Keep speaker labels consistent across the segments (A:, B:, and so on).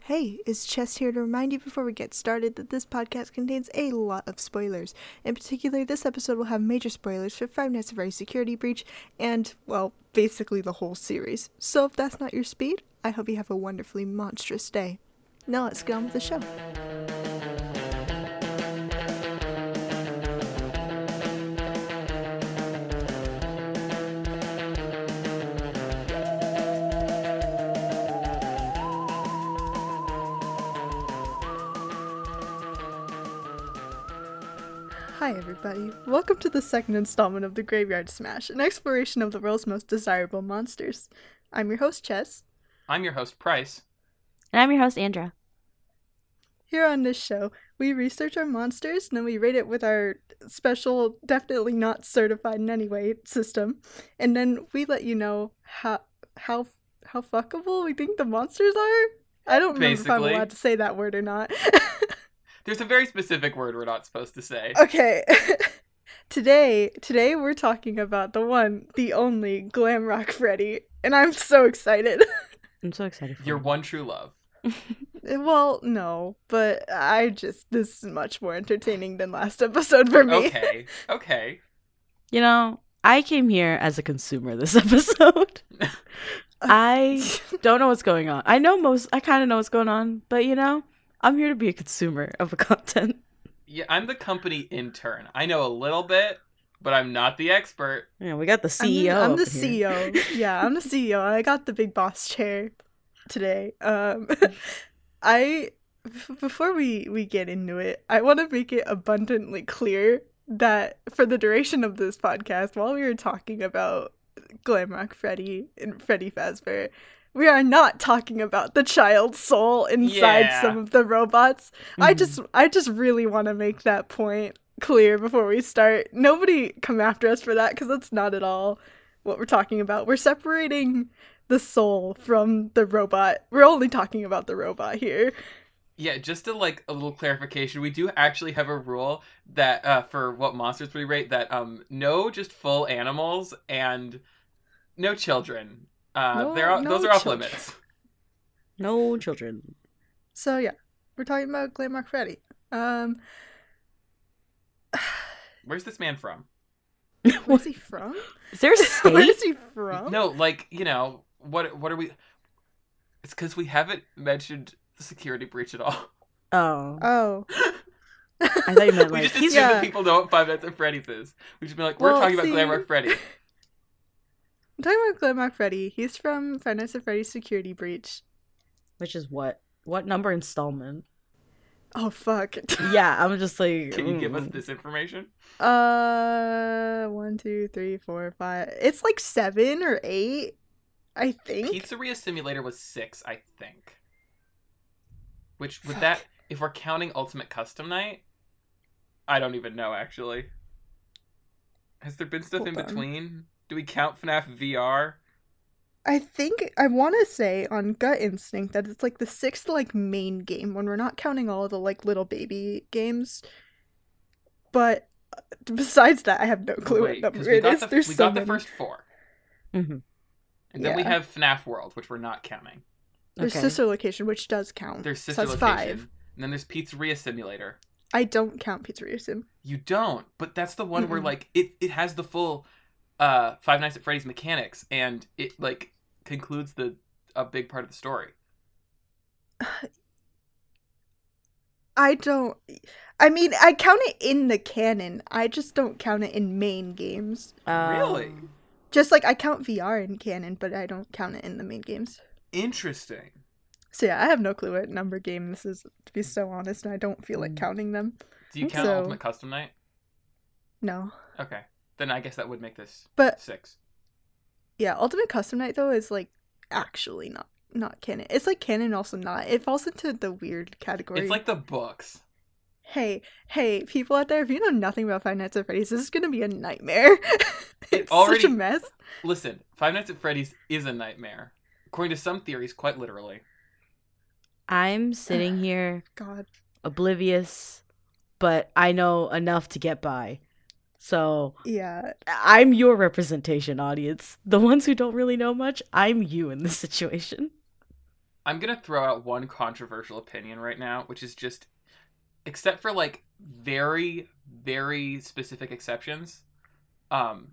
A: Hey, it's Chess here to remind you before we get started that this podcast contains a lot of spoilers. In particular, this episode will have major spoilers for Five Nights at Freddy's Security Breach and, well, basically the whole series. So if that's not your speed, I hope you have a wonderfully monstrous day. Now let's get on with the show. Hi, everybody. Welcome to the second installment of The Graveyard Smash, an exploration of the world's most desirable monsters. I'm your host, Chess.
B: I'm your host, Price.
C: And I'm your host, Andra.
A: Here on this show, we research our monsters and then we rate it with our special, definitely not certified in any way system, and then we let you know how how how fuckable we think the monsters are. I don't remember if I'm
B: Basically.
A: allowed to say that word or not.
B: There's a very specific word we're not supposed to say.
A: okay. today, today we're talking about the one, the only glam rock Freddy, and I'm so excited.
C: I'm so excited. For
B: Your one true love.
A: well, no, but I just this is much more entertaining than last episode for me.
B: Okay. Okay.
C: You know, I came here as a consumer this episode. I don't know what's going on. I know most. I kind of know what's going on, but you know, I'm here to be a consumer of the content.
B: Yeah, I'm the company intern. I know a little bit, but I'm not the expert.
C: Yeah, we got the
A: I'm the-
C: CEO.
A: I'm the,
C: up in
B: E
C: here.
A: CEO. Yeah, I'm the CEO. I got the big boss chair today. Um, I f- before we we get into it, I want to make it abundantly clear that for the duration of this podcast, while we were talking about Glamrock Freddy and Freddy Fazbear. We are not talking about the child soul inside
B: Yeah.
A: some of the robots. I
C: Mhm.
A: just I just really want to make that point clear before we start. Nobody come after us for that cuz that's not at all what we're talking about. We're separating the soul from the robot. We're only talking about the robot here.
B: Yeah, just to like a little clarification, we do actually have a rule that uh, for what monsters we rate that um no just full animals and no children. Uh,
A: No-
B: they're all,
A: no
B: those are off
A: children.
B: limits.
C: No children.
A: So yeah, we're talking about Glamrock Freddy. Um
B: Where's this man from?
A: where's he from?
C: Is there a
A: Where
C: state?
A: is he from?
B: No, like you know what? What are we? It's because we haven't mentioned the security breach at all.
C: oh,
A: Oh.
C: I thought you meant
B: we
C: like
B: just
C: he's
B: assume
A: Yeah.
B: that people know what Five Nights at Freddy's is. We've just been like, we're
A: Well,
B: talking about
A: see-
B: Glamrock Freddy.
A: I'm talking about Glamrock Freddy. He's from Five Nights at Freddy's Security Breach.
C: which is what what number installment?
A: Oh fuck.
C: Yeah, I'm just like.
B: Can you give us
C: mm.
B: this information?
A: Uh, one, two, three, four, five. It's like seven or eight, I think.
B: Pizzeria Simulator was six, I think. Which would
A: Fuck.
B: that if we're counting Ultimate Custom Night? I don't even know actually. Has there been stuff
A: Hold
B: in
A: on.
B: between? Do we count FNAF VR?
A: I think I want to say on gut instinct that it's like the sixth like main game when we're not counting all of the like little baby games. But uh, besides that, I have no clue
B: Wait,
A: what
B: 'cause
A: number
B: we
A: it
B: got
A: is.
B: the,
A: There's
B: we
A: so
B: got
A: many.
B: the first four,
C: Mhm.
B: and then we
A: Yeah.
B: have FNAF World, which we're not counting.
A: There's
C: Okay.
A: sister location, which does count.
B: There's
A: Mm. So
B: Sister
A: that's
B: Location,
A: five.
B: and then there's Pizzeria Simulator.
A: I don't count Pizzeria Sim.
B: You don't, but that's the one where
A: Mm-mm.
B: like it, it has the full uh Five Nights at Freddy's mechanics and it like concludes the a big part of the story.
A: I don't. I mean, I count it in the canon. I just don't count it in main games.
B: Really?
C: Um,
A: Just like I count VR in canon, but I don't count it in the main games.
B: Interesting.
A: So yeah, I have no clue what number game this is. To be so honest, and I don't feel
B: Hmm.
A: like counting them.
B: Do you count
A: So-
B: Ultimate Custom Night?
A: No,
B: Okay. Then I guess that would make this
A: but
B: six.
A: yeah, Ultimate Custom Night though is like actually not not canon. It's like canon, also not. It falls into the weird category.
B: It's like the books.
A: hey, hey, people out there, if you know nothing about Five Nights at Freddy's, this is gonna be a nightmare. it's such
B: already-
A: a mess.
B: Listen, Five Nights at Freddy's is a nightmare. According to some theories, quite literally.
C: I'm sitting here
A: God.
C: oblivious, but I know enough to get by. So
A: Yeah.
C: I'm your representation, audience. The ones who don't really know much, I'm you in this situation.
B: I'm gonna throw out one controversial opinion right now, which is just, except for like very, very specific exceptions, um,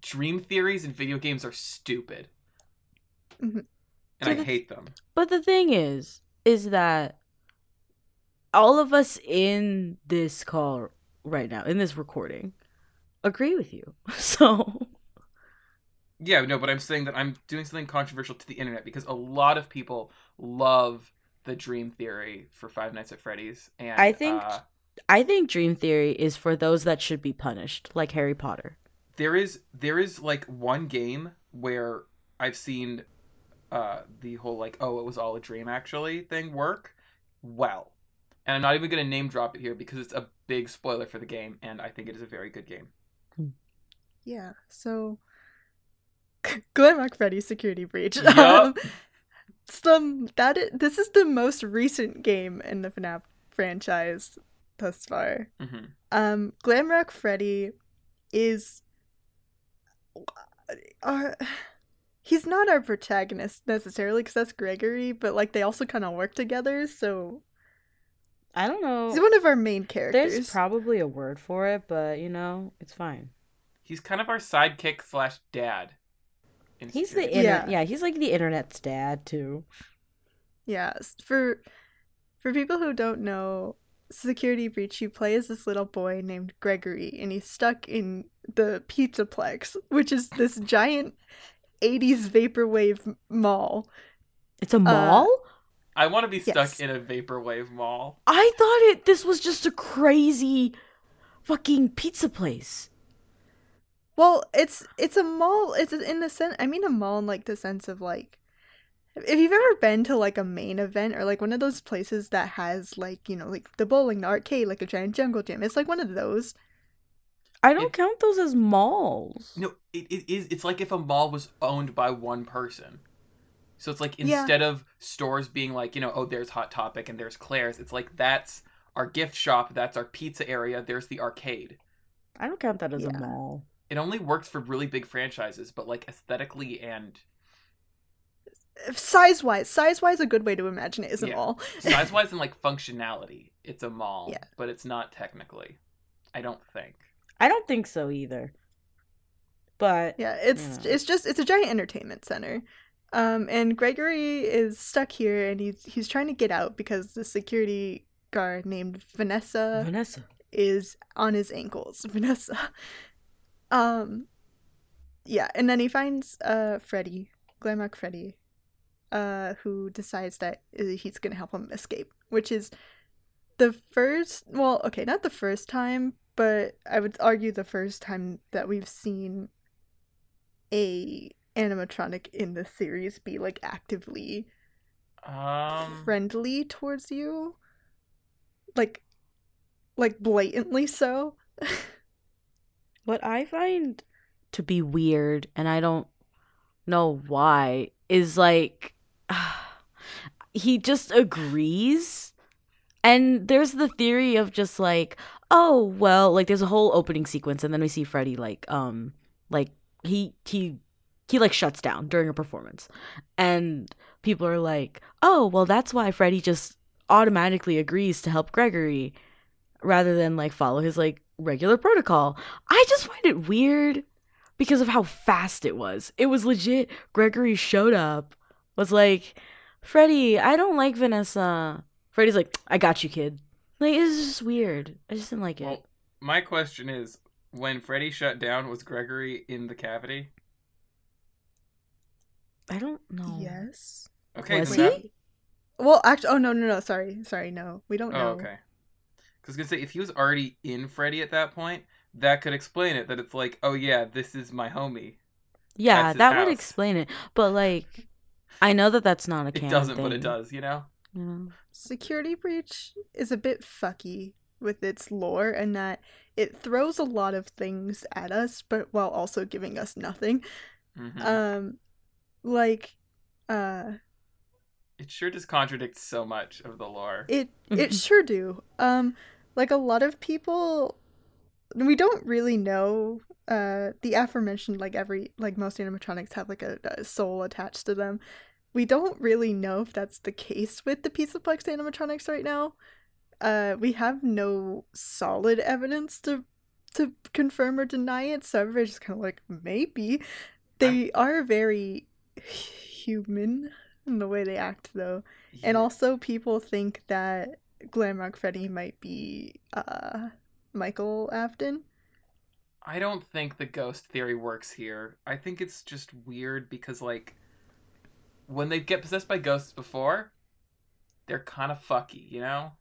B: dream theories in video games are stupid,
C: Mm-hmm.
A: Mhm.
B: and I
C: Dude,
B: hate them.
C: But the thing is, is that all of us in this call right now, in this recording, agree with you. So
B: Yeah, no, but I'm saying that I'm doing something controversial to the internet because a lot of people love the dream theory for Five Nights at Freddy's, and
C: I think-
B: uh,
C: I think dream theory is for those that should be punished, like Harry Potter.
B: there is there is like one game where I've seen uh the whole like oh it was all a dream actually thing work well. And I'm not even going to name drop it here because it's a big spoiler for the game and I think it is a very good game.
A: Yeah, so Glenrock Freddy security breach.
B: Yup.
A: Um, some that i- this is the most recent game in the FNAF franchise thus far.
B: Mhm.
A: Um, Glamrock Freddy is our he's not our protagonist necessarily because that's Gregory, but like they also kind of work together, so
C: I don't know.
A: he's one of our main characters.
C: There's probably a word for it, but you know, it's fine.
B: He's kind of our sidekick slash dad. in
C: He's the
B: Security.
C: internet.
A: Yeah.
C: Yeah. he's like the internet's dad too.
A: Yeah, s- for for people who don't know, Security Breach, you play as this little boy named Gregory, and he's stuck in the Pizzaplex, which is this giant 80s vaporwave m- mall.
C: It's a mall.
B: I want to be stuck
A: Yes.
B: in a vaporwave mall.
C: I thought it. This was just a crazy, fucking pizza place.
A: Well, it's it's a mall. It's in the sense. I mean, a mall in like the sense of like, if you've ever been to like a main event or like one of those places that has like you know like the bowling, the arcade, like a giant jungle gym. It's like one of those.
C: I don't
B: It-
C: count those as malls.
B: No, it, it is. It's like if a mall was owned by one person. So it's like
A: Yeah.
B: instead of stores being like, you know, oh, there's Hot Topic and there's Claire's, it's like that's our gift shop, that's our pizza area, there's the arcade.
C: I don't count that as
A: Yeah.
C: a mall.
B: It only works for really big franchises, but like aesthetically and
A: Size wise, size wise, a good way to imagine it is a
B: Yeah.
A: mall.
B: size wise and like functionality, it's a mall,
A: Yeah.
B: but it's not technically. I don't think.
C: I don't think so either. But
A: Yeah, it's
C: Yeah.
A: it's just it's a giant entertainment center. Um and Gregory is stuck here and he's he's trying to get out because the security guard named Vanessa
C: Vanessa,
A: is on his ankles. Vanessa. Um yeah, and then he finds uh Freddy, Glamrock Freddy, uh who decides that uh, he's going to help him escape, which is the first well, okay, not the first time, but I would argue the first time that we've seen a animatronic in the series be like actively
B: Um,
A: friendly towards you like like blatantly so
C: what I find to be weird, and I don't know why, is like he just agrees. And there's the theory of just like, oh well, like there's a whole opening sequence, and then we see Freddy like, um, like he he he like shuts down during a performance, and people are like, oh well, that's why Freddy just automatically agrees to help Gregory, rather than like follow his like regular protocol. I just find it weird because of how fast it was. It was legit. Gregory showed up, was like, Freddie, I don't like Vanessa. Freddie's like, I got you, kid. Like, it's just weird. I just didn't like it.
B: well, my question is when Freddy shut down, was Gregory in the cavity?
C: I don't know.
A: yes
B: Okay,
C: Oh. Was
B: then
C: he?
B: that-
A: well actually oh no no no sorry sorry no we don't know
B: Oh, okay. Because I was gonna say if he was already in Freddy at that point, that could explain it. That it's like, oh yeah, this is my homie. That's
C: Yeah,
B: his
C: that would
B: house.
C: explain it. But, like, I know that that's not a
B: It
C: canon
B: doesn't, but it
C: thing,
B: does. You know.
C: you know?
A: security breach is a bit fucky with its lore and that it throws a lot of things at us but while also giving us nothing
B: hmm
A: um like uh
B: it sure does contradict so much of the lore.
A: It it sure do. Um, like a lot of people, we don't really know. Uh, the aforementioned like every like most animatronics have like a, a soul attached to them. we don't really know if that's the case with the piece of plex animatronics right now. Uh, we have no solid evidence to to confirm or deny it, so everybody's just kind of like maybe. They are very human in the way they act, though, and also people think that Glamrock Freddy might be uh, Michael Afton.
B: I don't think the ghost theory works here. I think it's just weird because like when they get possessed by ghosts before, they're kind of fucky, you know?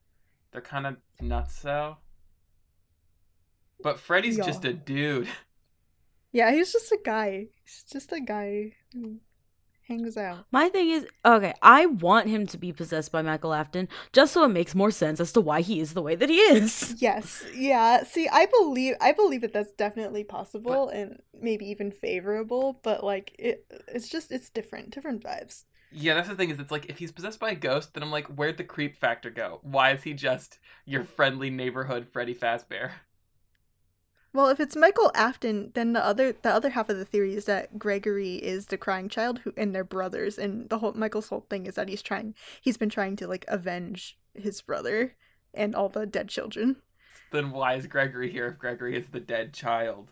B: They're kind of nuts so. But Freddy's
A: Yeah.
B: just a dude.
A: Yeah, he's just a guy. He's just a guy who hangs out.
C: My thing is, okay, I want him to be possessed by Michael Afton just so it makes more sense as to why he is the way that he is.
A: Yes. Yeah. See, I believe I believe that that's definitely possible and maybe even favorable, but like it it's just it's different, different vibes.
B: Yeah, that's the thing is it's like if he's possessed by a ghost, then I'm like, where'd the creep factor go? Why is he just your friendly neighborhood Freddy Fazbear?
A: Well, if it's Michael Afton, then the other the other half of the theory is that Gregory is the crying child who and they're brothers and the whole Michael's whole thing is that he's trying he's been trying to like avenge his brother and all the dead children.
B: Then why is Gregory here if Gregory is the dead child?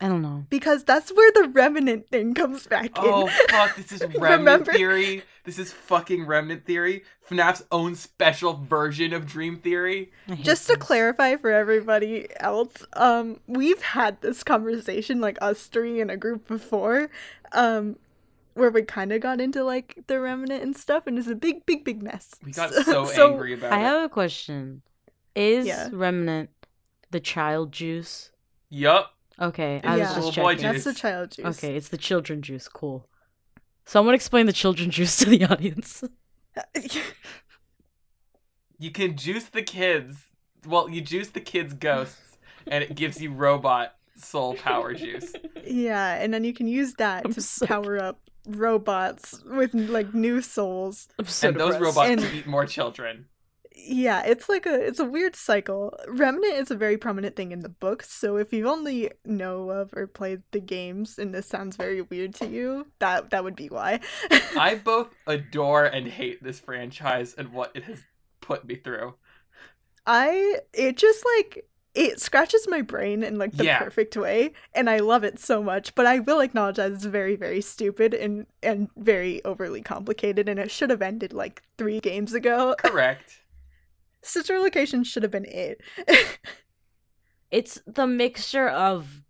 C: I don't know.
A: Because that's where the remnant thing comes back
B: Oh
A: in.
B: fuck, this is remnant
A: Remember?
B: theory. This is fucking remnant theory. FNAF's own special version of dream theory.
C: I hate
A: Just to
C: this.
A: clarify for everybody else, um, we've had this conversation, like us three in a group before, um, where we kind of got into like the remnant and stuff, and it's a big, big, big mess.
B: We got so, angry about
C: I
B: it.
C: have a question. Is
A: Yeah.
C: Remnant the child juice?
B: Yup.
C: Okay,
A: Yeah.
C: I was just
B: Little boy
C: checking.
A: That's the
B: juice.
A: child juice.
C: Okay, it's the children juice. Cool. Someone explain the children juice to the audience.
B: You can juice the kids. Well, you juice the kids' ghosts, and it gives you robot soul power juice.
A: yeah, and then you can use that
C: I'm
A: to
C: so-
A: power up robots with like new souls.
C: I'm so
B: and those
C: depressed.
B: robots
A: And-
B: can eat more children.
A: Yeah, it's like a it's a weird cycle. Remnant is a very prominent thing in the books, so if you only know of or played the games and this sounds very weird to you, that that would be why.
B: I both adore and hate this franchise and what it has put me through.
A: I it just like it scratches my brain in like the
B: Yeah.
A: perfect way and I love it so much, but I will acknowledge that it's very very stupid and and very overly complicated and it should have ended like 3 games ago.
B: Correct.
A: Sister location should have been it.
C: It's the mixture of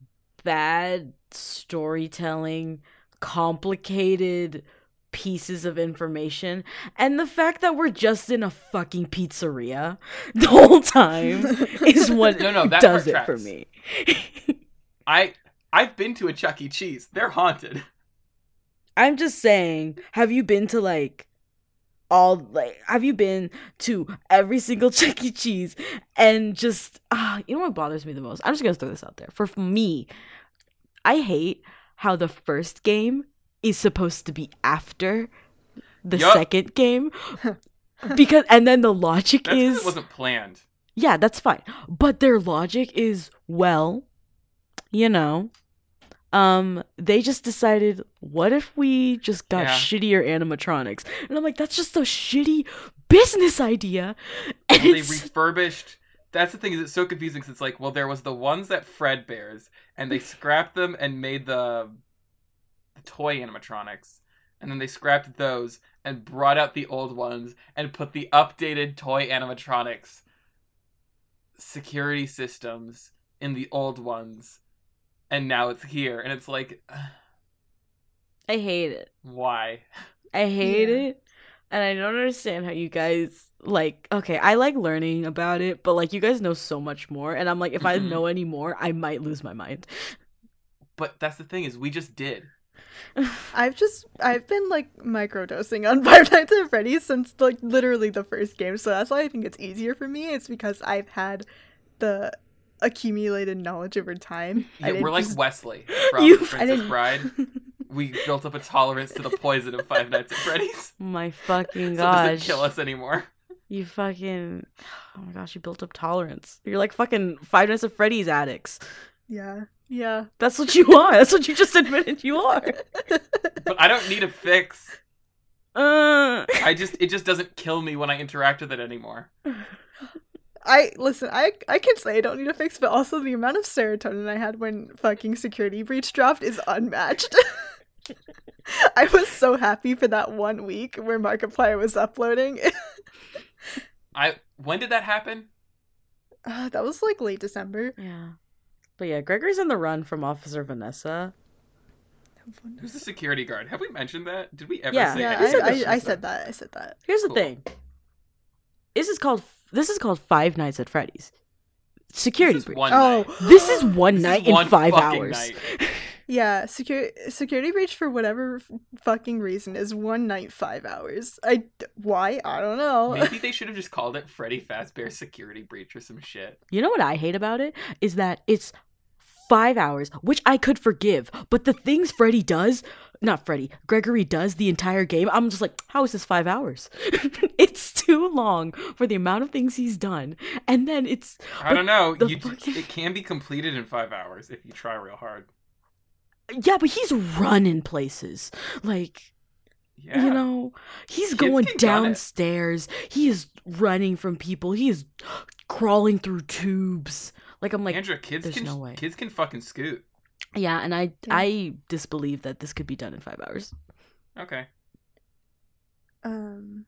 C: bad storytelling, complicated pieces of information, and the fact that we're just in a fucking pizzeria the whole time is what
B: No, no, Oh, that
C: does
B: part
C: it
B: tracks.
C: for me.
B: I I've been to a Chuck E. Cheese. They're haunted.
C: I'm just saying, have you been to like all like have you been to every single Chuck E. Cheese and just ah, you know what bothers me the most? I'm just gonna throw this out there. For me, I hate how the first game is supposed to be after the
B: Yup.
C: second game. because and then the logic
B: That's 'cause
C: is
B: it wasn't planned.
C: yeah, that's fine. But their logic is well, you know, um they just decided what if we just got
B: Yeah.
C: shittier animatronics? And I'm like that's just a shitty business idea. And
B: Well, they
C: it's-
B: refurbished. That's the thing is it's so confusing 'cause it's like well there was the ones that Fred bears and they scrapped them and made the, the toy animatronics and then they scrapped those and brought out the old ones and put the updated toy animatronics security systems in the old ones and now it's here and it's like
C: I hate it.
B: why
C: I hate
A: Yeah.
C: it. And I don't understand how you guys like okay, I like learning about it, but like you guys know so much more and I'm like if I
B: Mhm.
C: know any more, I might lose my mind.
B: but that's the thing is we just did
A: I've just I've been like microdosing on Five Nights at Freddy's since like literally the first game, so that's why I think it's easier for me. It's because I've had the accumulated knowledge over time. I
B: yeah,
A: didn't
B: we're like
A: just-
B: Wesley from
C: You- I
B: Princess
A: didn't-
B: Bride we built up a tolerance to the poison of Five Nights at Freddy's.
C: my fucking
B: So it
C: gosh.
B: doesn't kill us anymore.
C: You fucking oh my gosh, you built up tolerance. You're like fucking Five Nights at Freddy's addicts.
A: yeah. Yeah.
C: That's what you are. That's what you just admitted you are.
B: But I don't need a fix.
C: Uh,
B: I just it just doesn't kill me when I interact with it anymore.
A: I listen, I I can say I don't need a fix, but also the amount of serotonin I had when fucking security breach dropped is unmatched. I was so happy for that one week where Markiplier was uploading.
B: I when did that happen?
A: uh, that was like late December.
C: yeah. But yeah, Gregory's on the run from Officer Vanessa.
B: Who's the security guard? Have we mentioned that? Did we ever
C: Yeah.
B: say
A: Yeah,
B: anything
A: I,
B: about
A: I, I
B: Shisa?
A: said that. I said that.
C: Here's the
B: Cool.
C: thing. This is called this is called Five Nights at Freddy's. Security
B: This is
C: breach.
B: one
A: oh,
B: night.
C: This is one
B: This is
C: night
B: one
C: in five
B: fucking
C: hours.
B: night.
A: Yeah, security security breach for whatever f- fucking reason is one night five hours. I d- why I don't know.
B: Maybe they should have just called it Freddy Fazbear Security Breach or some shit.
C: You know what I hate about it is that it's five hours, which I could forgive, but the things Freddy does, not Freddy, Gregory does the entire game. I'm just like, how is this five hours? it's too long for the amount of things he's done, and then it's
B: I don't know.
C: the
B: You d-
C: fucking-
B: it can be completed in five hours if you try real hard.
C: yeah, but he's running places like.
B: Yeah.
C: You know, he's
B: Kids
C: going
B: can gun it.
C: downstairs. He is running from people. He is crawling through tubes. Like I'm like,
B: Andrew, kids
C: there's
B: can
C: no way.
B: kids can fucking scoot.
C: yeah, and I
A: Yeah.
C: I disbelieve that this could be done in five hours.
B: Okay.
A: Um,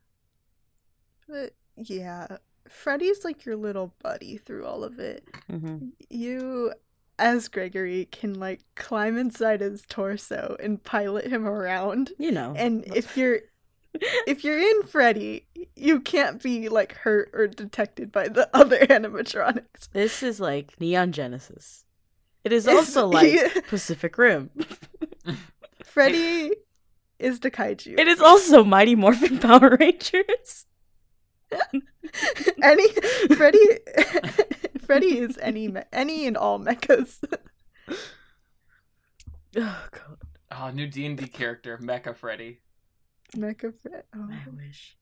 A: but yeah, Freddy's like your little buddy through all of it.
B: Mm-hmm.
A: You, as Gregory, can like climb inside his torso and pilot him around.
C: You
B: Oh.
C: know,
A: And if you're if you're in Freddy, you can't be like hurt or detected by the other animatronics.
C: this is like Neon Genesis. It is
A: It's-
C: also like
A: yeah.
C: Pacific Rim.
A: Freddy is the kaiju.
C: It is also Mighty Morphin Power Rangers.
A: any Freddy Freddy is any me- any and all mechas.
C: Oh god,
B: Oh, new D and D character, Mecha Freddy.
A: Mecha Fred. Oh.
C: I wish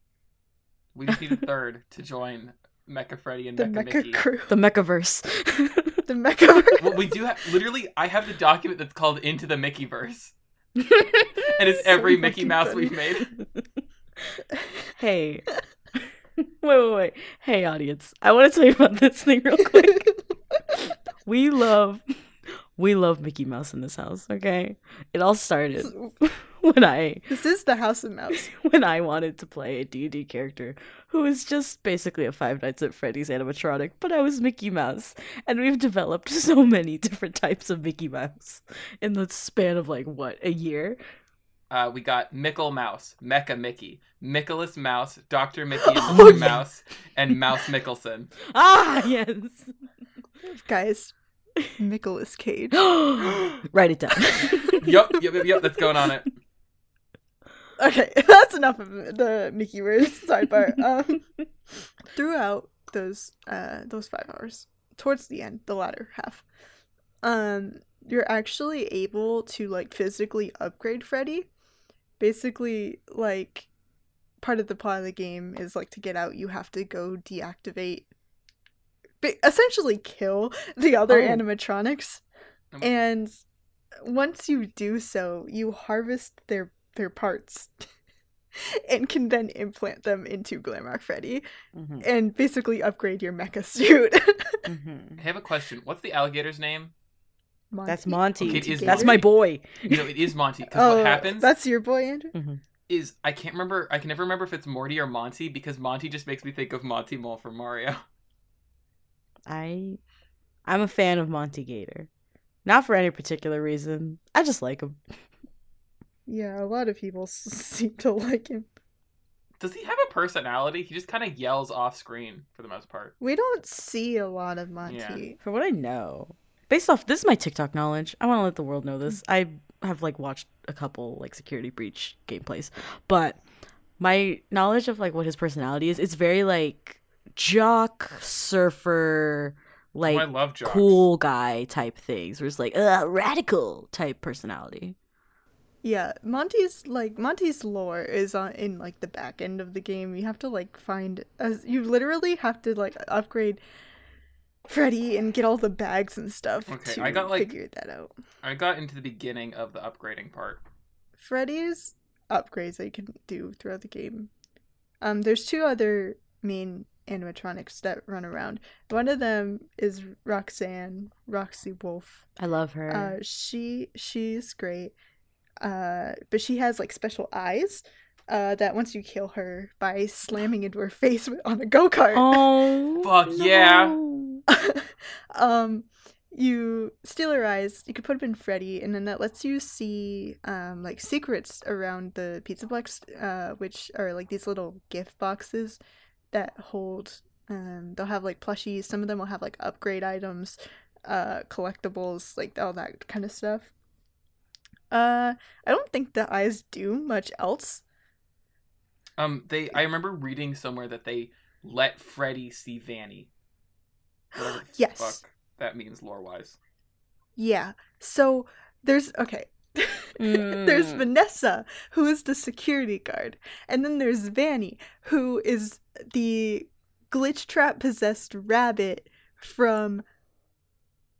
B: We just need a third to join Mecha Freddy and
A: The
B: Mecha,
A: Mecha
B: Mickey.
A: crew.
C: the Mechaverse.
A: The Mecha
B: well, we do have literally. I have the document that's called Into the Mickeyverse, and it's
A: So
B: every Mickey
A: fucking
B: Mouse
A: funny.
B: we've made.
C: hey. wait, wait, wait. Hey, audience. I want to tell you about this thing real quick. We love, we love Mickey Mouse in this house. Okay, it all started when I
A: this is the House of Mouse.
C: when I wanted to play a D&D character who was just basically a Five Nights at Freddy's animatronic, but I was Mickey Mouse, and we've developed so many different types of Mickey Mouse in the span of like what a year.
B: Uh, we got Mickle Mouse, Mecha Mickey, Mickleless Mouse, Doctor Mickey and
A: Oh,
B: Mr.
A: yeah.
B: Mouse, and Mouse Mickelson.
C: Ah, yes.
A: Guys, Nicolas Cage.
C: Write it down.
B: Yup, yup, yup, yup. That's going on it.
A: Okay, that's enough of the Mickey Mouse sidebar. Um, throughout those uh those five hours, towards the end, the latter half, um, you're actually able to like physically upgrade Freddy. Basically, like part of the plot of the game is like to get out, you have to go deactivate, but essentially kill the other
C: Oh.
A: animatronics,
B: Um,
A: and once you do so, you harvest their their parts and can then implant them into Glamrock Freddy
C: Mhm,
A: and basically upgrade your mecha suit.
C: mhm.
B: I have a question. What's the alligator's name?
C: That's
A: Monty.
B: Okay,
C: Monty.
B: it is
C: That's my
B: Monty.
C: boy.
B: No, it is Monty. Because
A: Oh,
B: what happens
A: That's your boy, Andrew.
B: is I can't remember. I can never remember if it's Morty or Monty because Monty just makes me think of Monty Mole from Mario.
C: I I'm a fan of Monty Gator. Not for any particular reason. I just like him.
A: Yeah, a lot of people s- seem to like him.
B: Does he have a personality? He just kind of yells off screen for the most part.
A: We don't see a lot of Monty.
C: For what I know. Based off this is my TikTok knowledge. I want to let the world know this. I have like watched a couple like security breach gameplays. But my knowledge of like what his personality is, it's very like jock surfer
B: Oh,
C: like
B: I love jocks.
C: cool guy type things where it's like uh, radical type personality.
A: Yeah, Monty's like Monty's lore is on in like the back end of the game. You have to like find as you literally have to like upgrade Freddy and get all the bags and stuff
B: Okay,
A: to
B: I got, like-
A: figure that out.
B: I got into the beginning of the upgrading part.
A: Freddy's upgrades that you can do throughout the game. Um, there's two other main animatronics that run around. One of them is Roxanne, Roxy Wolf.
C: I love her.
A: Uh, she she's great. Uh, but she has like special eyes. Uh, that once you kill her by slamming into her face with- on a go kart.
C: oh,
B: Fuck yeah.
C: no.
A: um you steal her eyes you could put them in freddy and then that lets you see um like secrets around the pizza box uh which are like these little gift boxes that hold um they'll have like plushies some of them will have like upgrade items uh collectibles like all that kind of stuff uh i don't think the eyes do much else
B: Um, they I remember reading somewhere that they let Freddy see Vanny. Whatever the
A: Yes.
B: Fuck that means lore wise.
A: yeah so there's okay There's
C: Mm.
A: Vanessa, who is the security guard. And then there's Vanny, who is the glitch trap possessed rabbit from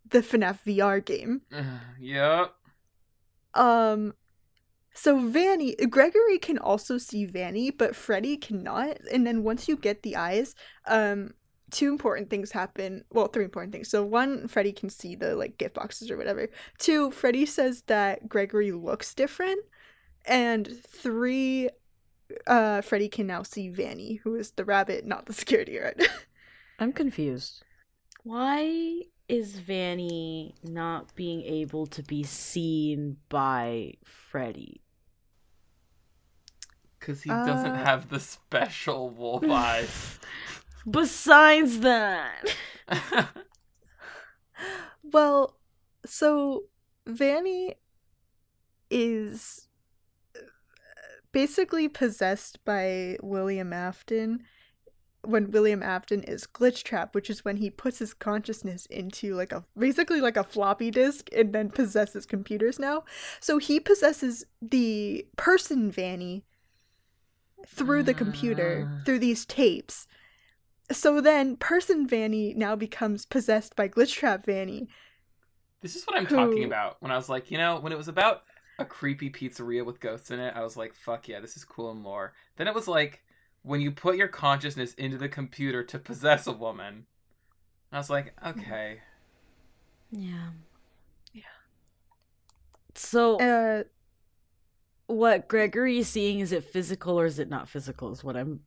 A: the FNAF VR game.
B: yep.
A: Um so Vanny Gregory can also see Vanny, but Freddy cannot. And then once you get the eyes, um two important things happen. Well, three important things. So one, Freddy can see the like gift boxes or whatever. Two, Freddy says that Gregory looks different. And three, uh Freddy can now see Vanny, who is the rabbit, not the security guard.
C: I'm confused. Why is Vanny not being able to be seen by Freddy?
B: Because he doesn't
A: Uh.
B: have the special wolf eyes.
C: Besides that,
A: Well, so Vanny is uh, basically possessed by William Afton when William Afton is glitch trap, which is when he puts his consciousness into like a basically like a floppy disk and then possesses computers now. So he possesses the person Vanny through the computer,
B: Ah.
A: through these tapes. So then person Vanny now becomes possessed by glitch trap Vanny.
B: this is what I'm talking
A: Who-
B: about. When I was like, you know, when it was about a creepy pizzeria with ghosts in it, I was like, fuck yeah, this is cool and lore. Then it was like when you put your consciousness into the computer to possess a woman. I was like, okay.
C: yeah,
A: Yeah.
C: So
A: Uh
C: what Gregory is seeing is it physical or is it not physical? Is what I'm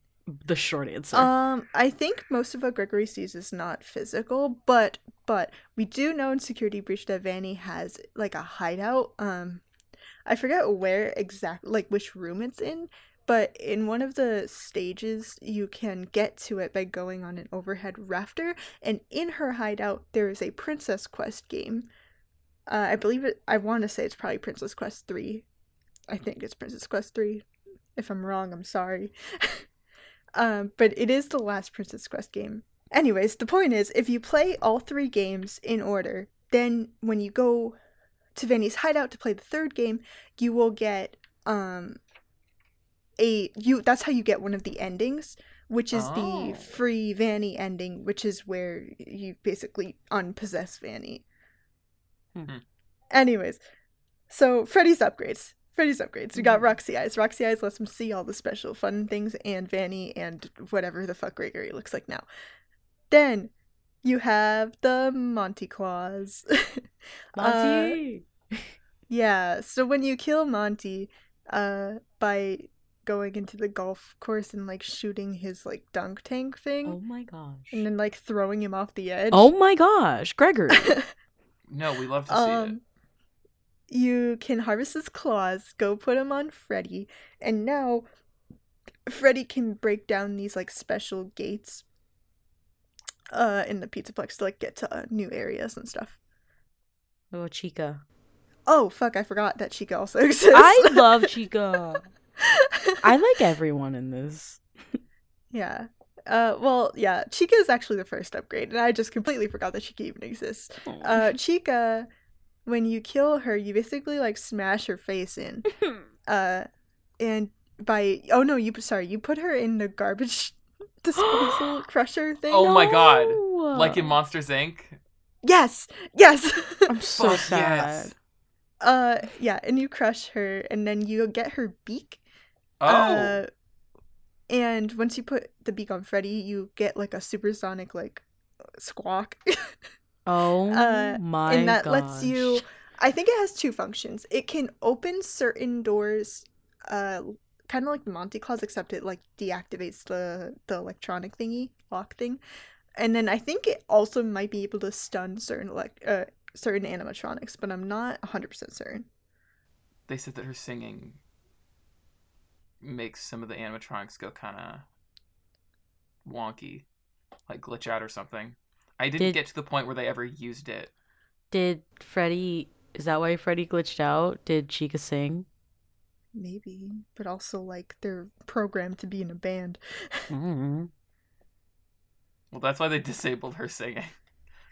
C: the short answer.
A: Um, I think most of what Gregory sees is not physical, but but we do know in Security Breach that Vanny has like a hideout. Um, I forget where exact like which room it's in, but in one of the stages you can get to it by going on an overhead rafter, and in her hideout there is a Princess Quest game. Uh, I believe it. I want to say it's probably Princess Quest three. I think it's Princess Quest three. If I'm wrong, I'm sorry. Um, but it is the last Princess Quest game. Anyways, the point is, if you play all three games in order, then when you go to Vanny's hideout to play the third game, you will get um a you. That's how you get one of the endings, which is
B: Oh.
A: the free Vanny ending, which is where you basically unpossess Vanny.
C: Hmm.
A: Anyways, so Freddy's upgrades. Freddy's upgrades. We got
C: Mhm.
A: Roxy Eyes. Roxy Eyes lets him see all the special fun things and Vanny and whatever the fuck Gregory looks like now. Then you have the Monty Claws.
C: Monty.
A: yeah, so when you kill Monty uh, by going into the golf course and like shooting his like dunk tank thing
C: oh my gosh.
A: and then like throwing him off the edge.
C: Oh my gosh, Gregory.
B: No, we love to see it.
A: Um, you can harvest his claws, go put them on Freddy, and now Freddy can break down these like special gates uh in the pizza plex to like get to uh, new areas and stuff.
C: oh, Chica.
A: Oh fuck, I forgot that Chica also exists.
C: I love Chica. I like everyone in this.
A: yeah. Uh well, yeah, Chica is actually the first upgrade, and I just completely forgot that Chica even exists. Uh Chica, when you kill her, you basically like smash her face in. uh and by oh no you sorry you put her in the garbage disposal crusher thing.
B: Oh my god.
C: No.
B: Like
A: oh.
B: in Monsters Inc.
A: Yes, yes.
C: I'm so
B: Fuck
C: sad.
B: yes.
A: uh, yeah, and you crush her, and then you get her beak.
B: Oh.
A: Uh, and once you put the beak on Freddy, you get like a supersonic like squawk.
C: Oh
A: Uh,
C: my
A: and that lets you
C: gosh.
A: I think it has two functions. It can open certain doors uh kind of like the Monty Claus except it like deactivates the the electronic thingy, lock thing. And then I think it also might be able to stun certain like uh certain animatronics, but I'm not 100% certain.
B: they said that her singing makes some of the animatronics go kind of wonky, like glitch out or something. I didn't
C: Did-
B: get to the point where they ever used it.
C: Did Freddy? Is that why Freddy glitched out? Did Chica sing?
A: Maybe, but also like they're programmed to be in a band.
C: Mm-hmm.
B: Well, that's why they disabled her singing.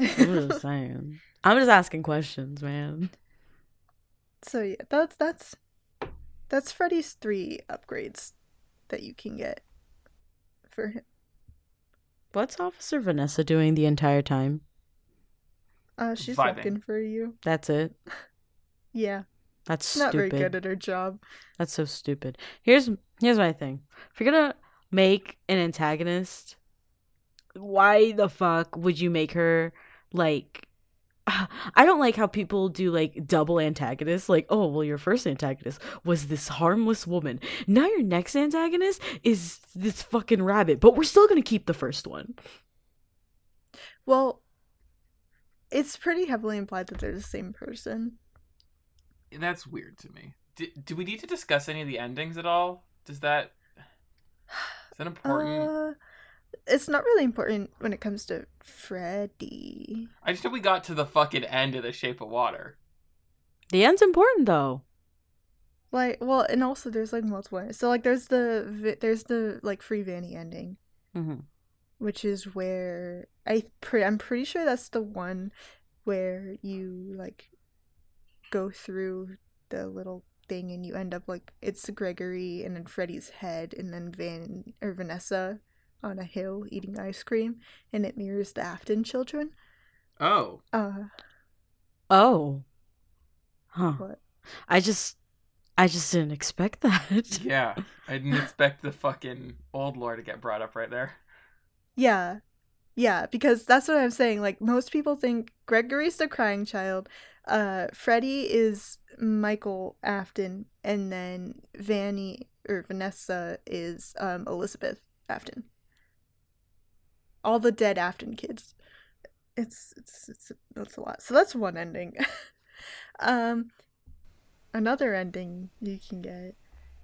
C: I'm just saying. I'm just asking questions, man.
A: So yeah, that's that's that's Freddy's three upgrades that you can get for him.
C: What's Officer Vanessa doing the entire time?
A: Uh, she's
B: Vibing.
A: looking for you.
C: That's it.
A: Yeah,
C: That's
A: she's not
C: stupid.
A: very good at her job.
C: That's so stupid. Here's here's my thing. If you're gonna make an antagonist, why the fuck would you make her like? I don't like how people do like double antagonists. Like, oh well, your first antagonist was this harmless woman. Now your next antagonist is this fucking rabbit. But we're still gonna keep the first one.
A: Well, it's pretty heavily implied that they're the same person.
B: That's weird to me. Do, do we need to discuss any of the endings at all? Does that is that important?
A: Uh, it's not really important when it comes to Freddy.
B: I just know we got to the fucking end of The Shape of Water.
C: The end's important though.
A: Like, well, and also there's like multiple. So like, there's the vi- there's the like free Vanny ending.
C: Mm-hmm.
A: which is where I pre- I'm pretty sure that's the one where you like go through the little thing and you end up like it's Gregory and then Freddy's head and then Van or Vanessa on a hill eating ice cream and it mirrors the Afton children.
B: Oh,
A: Uh
C: Oh, huh.
A: what?
C: I just I just didn't expect that.
B: yeah. I didn't expect the fucking old lore to get brought up right there.
A: Yeah. Yeah, because that's what I'm saying. Like most people think Gregory's the crying child, uh Freddy is Michael Afton, and then Vanny or Vanessa is um Elizabeth Afton. All the dead Afton kids. It's it's it's that's a lot. So that's one ending. um another ending you can get.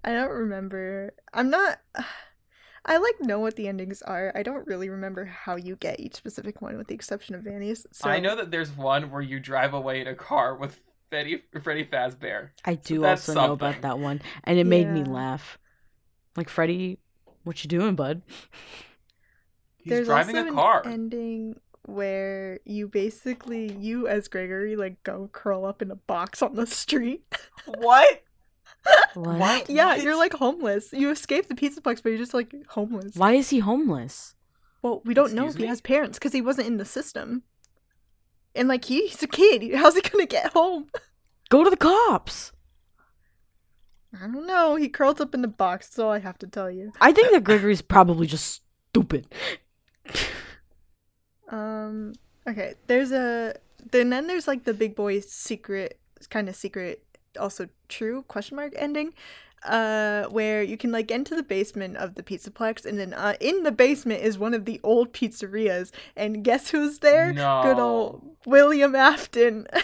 A: I don't remember. I'm not I like know what the endings are. I don't really remember how you get each specific one, with the exception of Vanny's. So
B: I know that there's one where you drive away in a car with Freddy, Freddy Fazbear.
C: I do
B: that's
C: also know about
B: something.
C: that one, and it made me
A: Yeah.
C: laugh. Like Freddie, what you doing, bud?
B: He's driving a car.
A: an ending where you basically you as Gregory like go curl up in a box on the street.
B: What?
C: What?
A: yeah,
B: What?
A: you're like homeless. You escape the pizza box, but you're just like homeless.
C: Why is he homeless?
A: Well, we don't know if
B: Excuse
A: he
B: me?
A: has parents because he wasn't in the system. And like he, he's a kid. How's he gonna get home?
C: Go to the cops.
A: I don't know. He curled up in the box. That's all I have to tell you.
C: I think that Gregory's probably just stupid.
A: Um. Okay. There's a. Then then there's like the big boy secret, kind of secret, also true question mark ending, uh, where you can like enter the basement of the pizza plex, and then uh, in the basement is one of the old pizzerias, and guess who's there?
B: No.
A: Good old William Afton.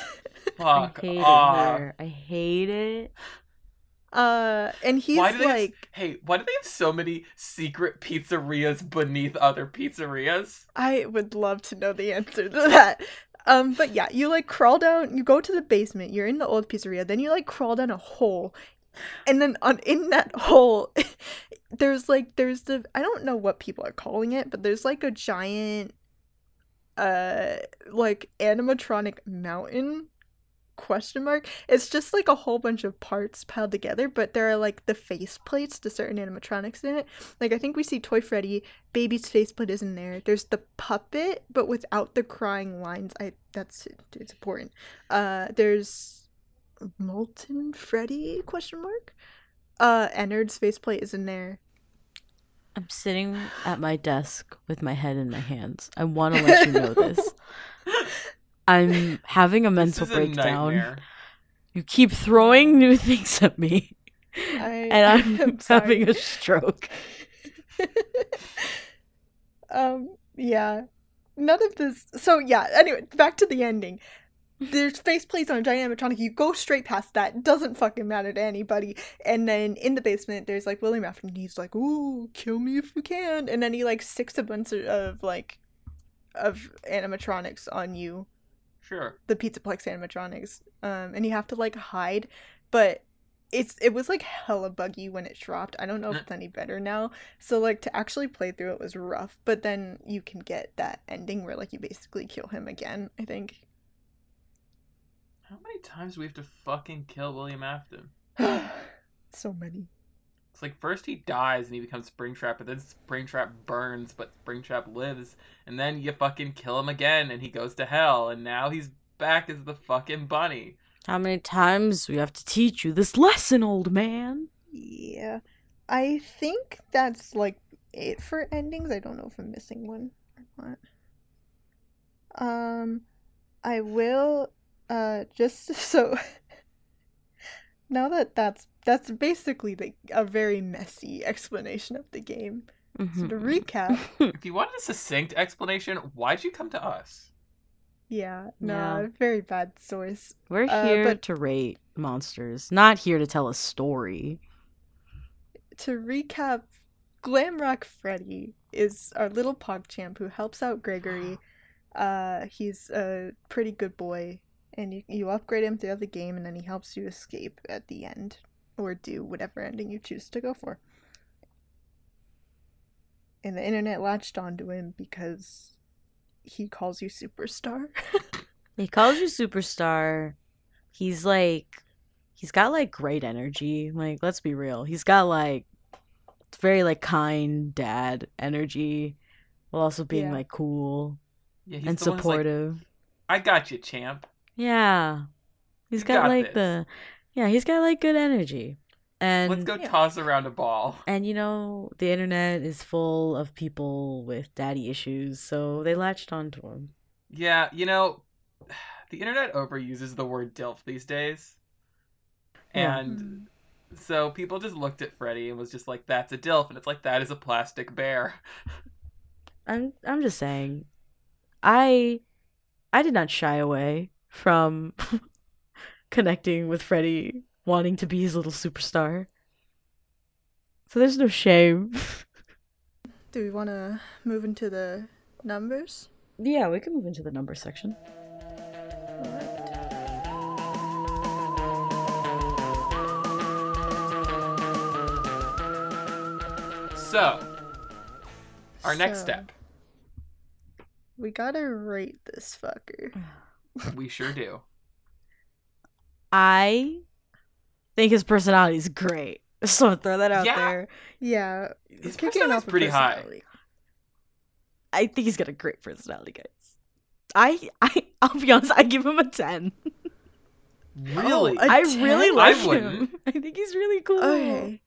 B: Fuck
C: I hate it.
B: off.
C: Here. I hate it.
A: uh, and he's
B: Why do they have-
A: like,
B: Hey, why do they have so many secret pizzerias beneath other pizzerias?
A: I would love to know the answer to that. Um, but yeah, you like crawl down, you go to the basement, you're in the old pizzeria, then you like crawl down a hole. And then on in that hole, there's like there's the I don't know what people are calling it, but there's like a giant uh like animatronic mountain question mark. It's just like a whole bunch of parts piled together, but there are like the face plates to certain animatronics in it. Like I think we see Toy Freddy, baby's face plate is in there. There's the puppet, but without the crying lines. I that's it's important. Uh there's Molten Freddy question mark. Uh Ennard's faceplate is in there.
C: I'm sitting at my desk with my head in my hands. I want to let you know this. I'm having a mental
B: is a
C: breakdown.
B: nightmare.
C: you keep throwing new things at me,
A: I,
C: and I'm,
A: sorry.
C: having a stroke.
A: um yeah none of this so yeah anyway back to the ending there's face plates on a giant animatronic you go straight past that doesn't fucking matter to anybody and then in the basement there's like william after and he's like ooh kill me if you can and then he like sticks a bunch of, of like of animatronics on you
B: Sure.
A: the Pizzaplex animatronics, um, and you have to like hide. But it's it was like hella buggy when it dropped. I don't know if
B: Mm.
A: it's any better now. So like to actually play through it was rough. But then you can get that ending where like you basically kill him again. I think
B: How many times do we have to fucking kill William Afton?
A: so many.
B: It's like first he dies and he becomes Springtrap, but then Springtrap burns, but Springtrap lives, and then you fucking kill him again, and he goes to hell, and now he's back as the fucking bunny.
C: How many times we have to teach you this lesson, old man?
A: Yeah, I think that's like it for endings. I don't know if I'm missing one or not. Um, I will uh just so now that that's that's basically the, a very messy explanation of the game.
C: Mm-hmm.
A: So to recap,
B: If you wanted a succinct explanation, why'd you come to us?
A: yeah, no,
C: Yeah.
A: very bad source.
C: We're
A: Uh,
C: here
A: but-
C: to rate monsters, not here to tell a story.
A: to recap, Glamrock Freddy is our little PogChamp who helps out Gregory. Uh, he's a pretty good boy, and you, you upgrade him throughout the game, and then he helps you escape at the end, or do whatever ending you choose to go for. And the internet latched onto him because he calls you superstar.
C: He calls you superstar. He's like, he's got like great energy. Like, let's be real. He's got like, it's very like kind dad energy, while also being
A: Yeah.
C: like cool
B: Yeah, he's
C: and
B: the one who's like,
C: supportive.
B: I got you, champ.
C: yeah, he's
B: "You
C: got,
B: got
C: like the, yeah, he's got like good energy. And
B: Let's go
A: Yeah.
B: toss around a ball.
C: And you know, the internet is full of people with daddy issues, so they latched onto him.
B: Yeah, you know, the internet overuses the word DILF these days.
C: Yeah.
B: And
A: Hmm.
B: so people just looked at Freddy and was just like, that's a DILF. And it's like, that is a plastic bear.
C: I'm I'm just saying, I I did not shy away from connecting with Freddy, wanting to be his little superstar. So there's no shame.
A: Do we want to move into the numbers?
C: yeah, we can move into the number section.
B: So, our next
A: So,
B: step.
A: We gotta rate this fucker.
B: We sure do.
C: I think his personality is great. So I'll throw that out
B: Yeah.
C: there.
A: Yeah,
B: His
A: kicking
B: personality's
A: off with
B: pretty high.
A: personality.
C: I think he's got a great personality, guys. I I I'll be honest, I give him a ten.
B: Really?
A: Oh, I- A
C: I
A: 10?
C: really
A: I
C: like him.
B: wouldn't.
C: I think he's really cool.
A: Okay.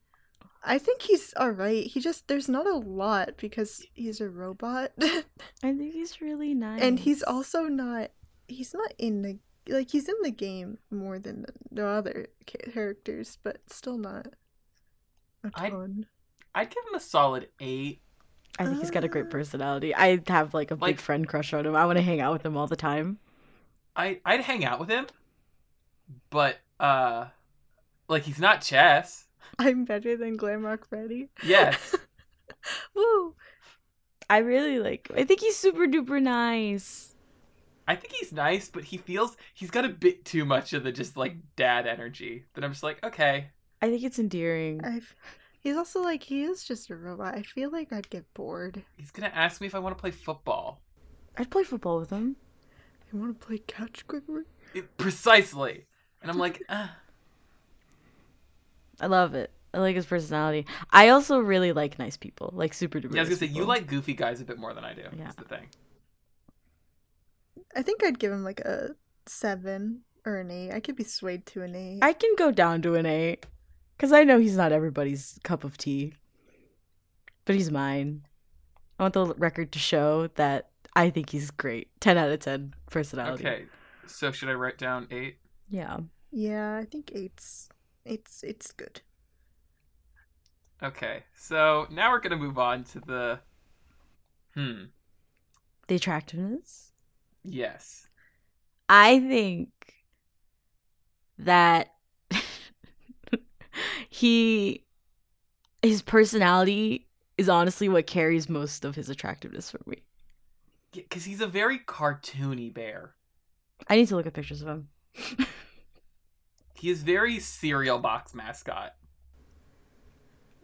A: I think he's all right. He just there's not a lot because he's a robot,
C: I think he's really nice.
A: and he's also not he's not in the like he's in the game more than the, the other ca- characters, but still not a
B: I-
A: ton.
B: I'd give him a solid eight.
C: I think he's got a great personality. I have like a
B: Like-
C: big friend crush on him. I want to hang out with him all the time.
B: I, I'd hang out with him, but, uh, like, he's not chess.
A: I... am better than Glamrock Freddy.
B: Yes.
A: Woo!
C: I really like. I think he's super duper nice.
B: I think he's nice, but he feels he's got a bit too much of the just like dad energy that I'm just like, okay.
C: I think it's endearing.
A: I've he's also like he is just a robot. I feel like I'd get bored.
B: He's gonna ask me if I want to play football.
C: I'd play football with him.
A: I want to play catch, Gregory.
B: precisely. And I'm like, "Ugh."
C: I love it. I like his personality. I also really like nice people, like super duper.
B: yeah, I was gonna
C: nice
B: say you
C: people.
B: like goofy guys a bit more than I do.
C: Yeah.
B: That's the thing.
A: I think I'd give him like a seven or an eight. I could be swayed to an eight.
C: I can go down to an eight because I know he's not everybody's cup of tea, but he's mine. I want the record to show that I think he's great. Ten out of ten personality.
B: Okay, so should I write down eight?
C: Yeah.
A: yeah, I think eight's it's it's good.
B: Okay, so now we're gonna move on to the. Hmm.
C: The attractiveness.
B: Yes.
C: I think that he his personality is honestly what carries most of his attractiveness for me.
B: Because he's a very cartoony bear.
C: I need to look at pictures of him.
B: He is very cereal box mascot.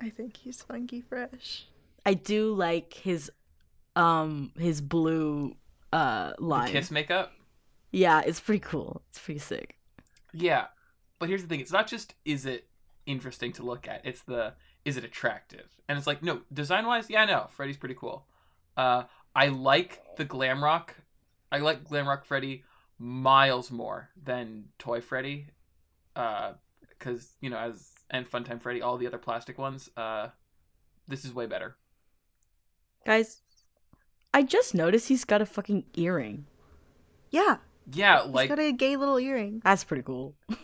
A: I think he's funky fresh.
C: I do like his um his blue uh
B: The
C: line.
B: kiss makeup.
C: Yeah, it's pretty cool. It's pretty sick.
B: Yeah, but here's the thing: it's not just is it interesting to look at; it's the is it attractive? And it's like, no, design wise, yeah, I know Freddy's pretty cool. Uh, I like the glam rock. I like glam rock Freddy miles more than toy Freddy, because you know, as and Funtime Freddy, all the other plastic ones. Uh, this is way better.
C: Guys, I just noticed he's got a fucking earring.
A: Yeah,
B: Yeah,
A: he's
B: like
A: got a gay little earring.
C: That's pretty cool.
B: i-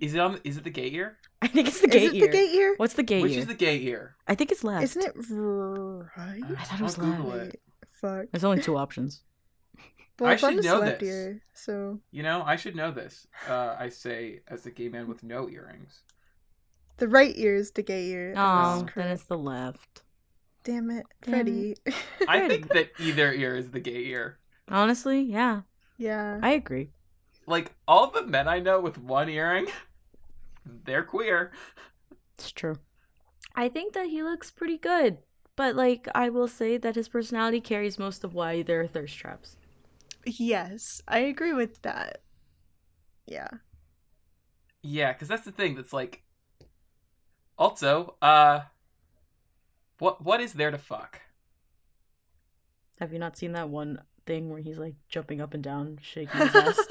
B: is it on? Is it the gay ear?
C: I think it's the
A: Is
C: gay
A: it
C: ear.
A: the gay ear?
C: What's the gay
B: Which
C: ear?
B: is the gay ear?
C: I think it's left.
A: Isn't it right?
C: I thought it was
B: I'll Google
C: left.
B: it.
A: Fuck.
C: There's only two options.
A: Well,
B: I
A: it's on
B: should
A: his
B: know
A: left
B: this.
A: ear, so
B: You know, I should know this. Uh, I say as a gay man with no earrings.
A: the right ear is the gay ear.
C: Oh,
A: That's
C: then
A: correct.
C: it's the left.
A: Damn it,
C: Damn
A: Freddy.
B: I think that either ear is the gay ear.
C: Honestly, yeah,
A: yeah.
C: I agree.
B: Like all the men I know with one earring, they're queer.
C: It's true. I think that he looks pretty good, but like I will say that his personality carries most of why there are thirst traps.
A: Yes, I agree with that. Yeah.
B: Yeah, because that's the thing. That's like. Also, uh, what what is there to fuck?
C: Have you not seen that one thing where he's like jumping up and down, shaking his ass?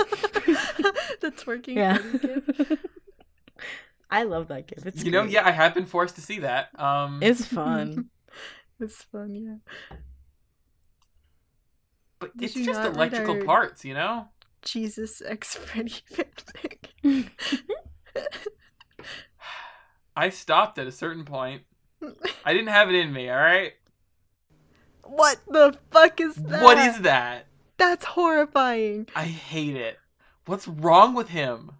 A: the twerking.
C: yeah.
A: Freddy gif.
C: I love that gif. It's
B: you know,
C: great.
B: yeah, I have been forced to see that. Um,
C: It's fun.
A: It's fun, yeah.
B: but
A: did
B: it's
A: you
B: just
A: not read
B: electrical
A: our-
B: parts, you know.
A: Jesus X Freddy fanfic.
B: I stopped at a certain point. I didn't have it in me. All right,
A: What the fuck is that?
B: what is that?
A: That's horrifying.
B: I hate it. What's wrong with him?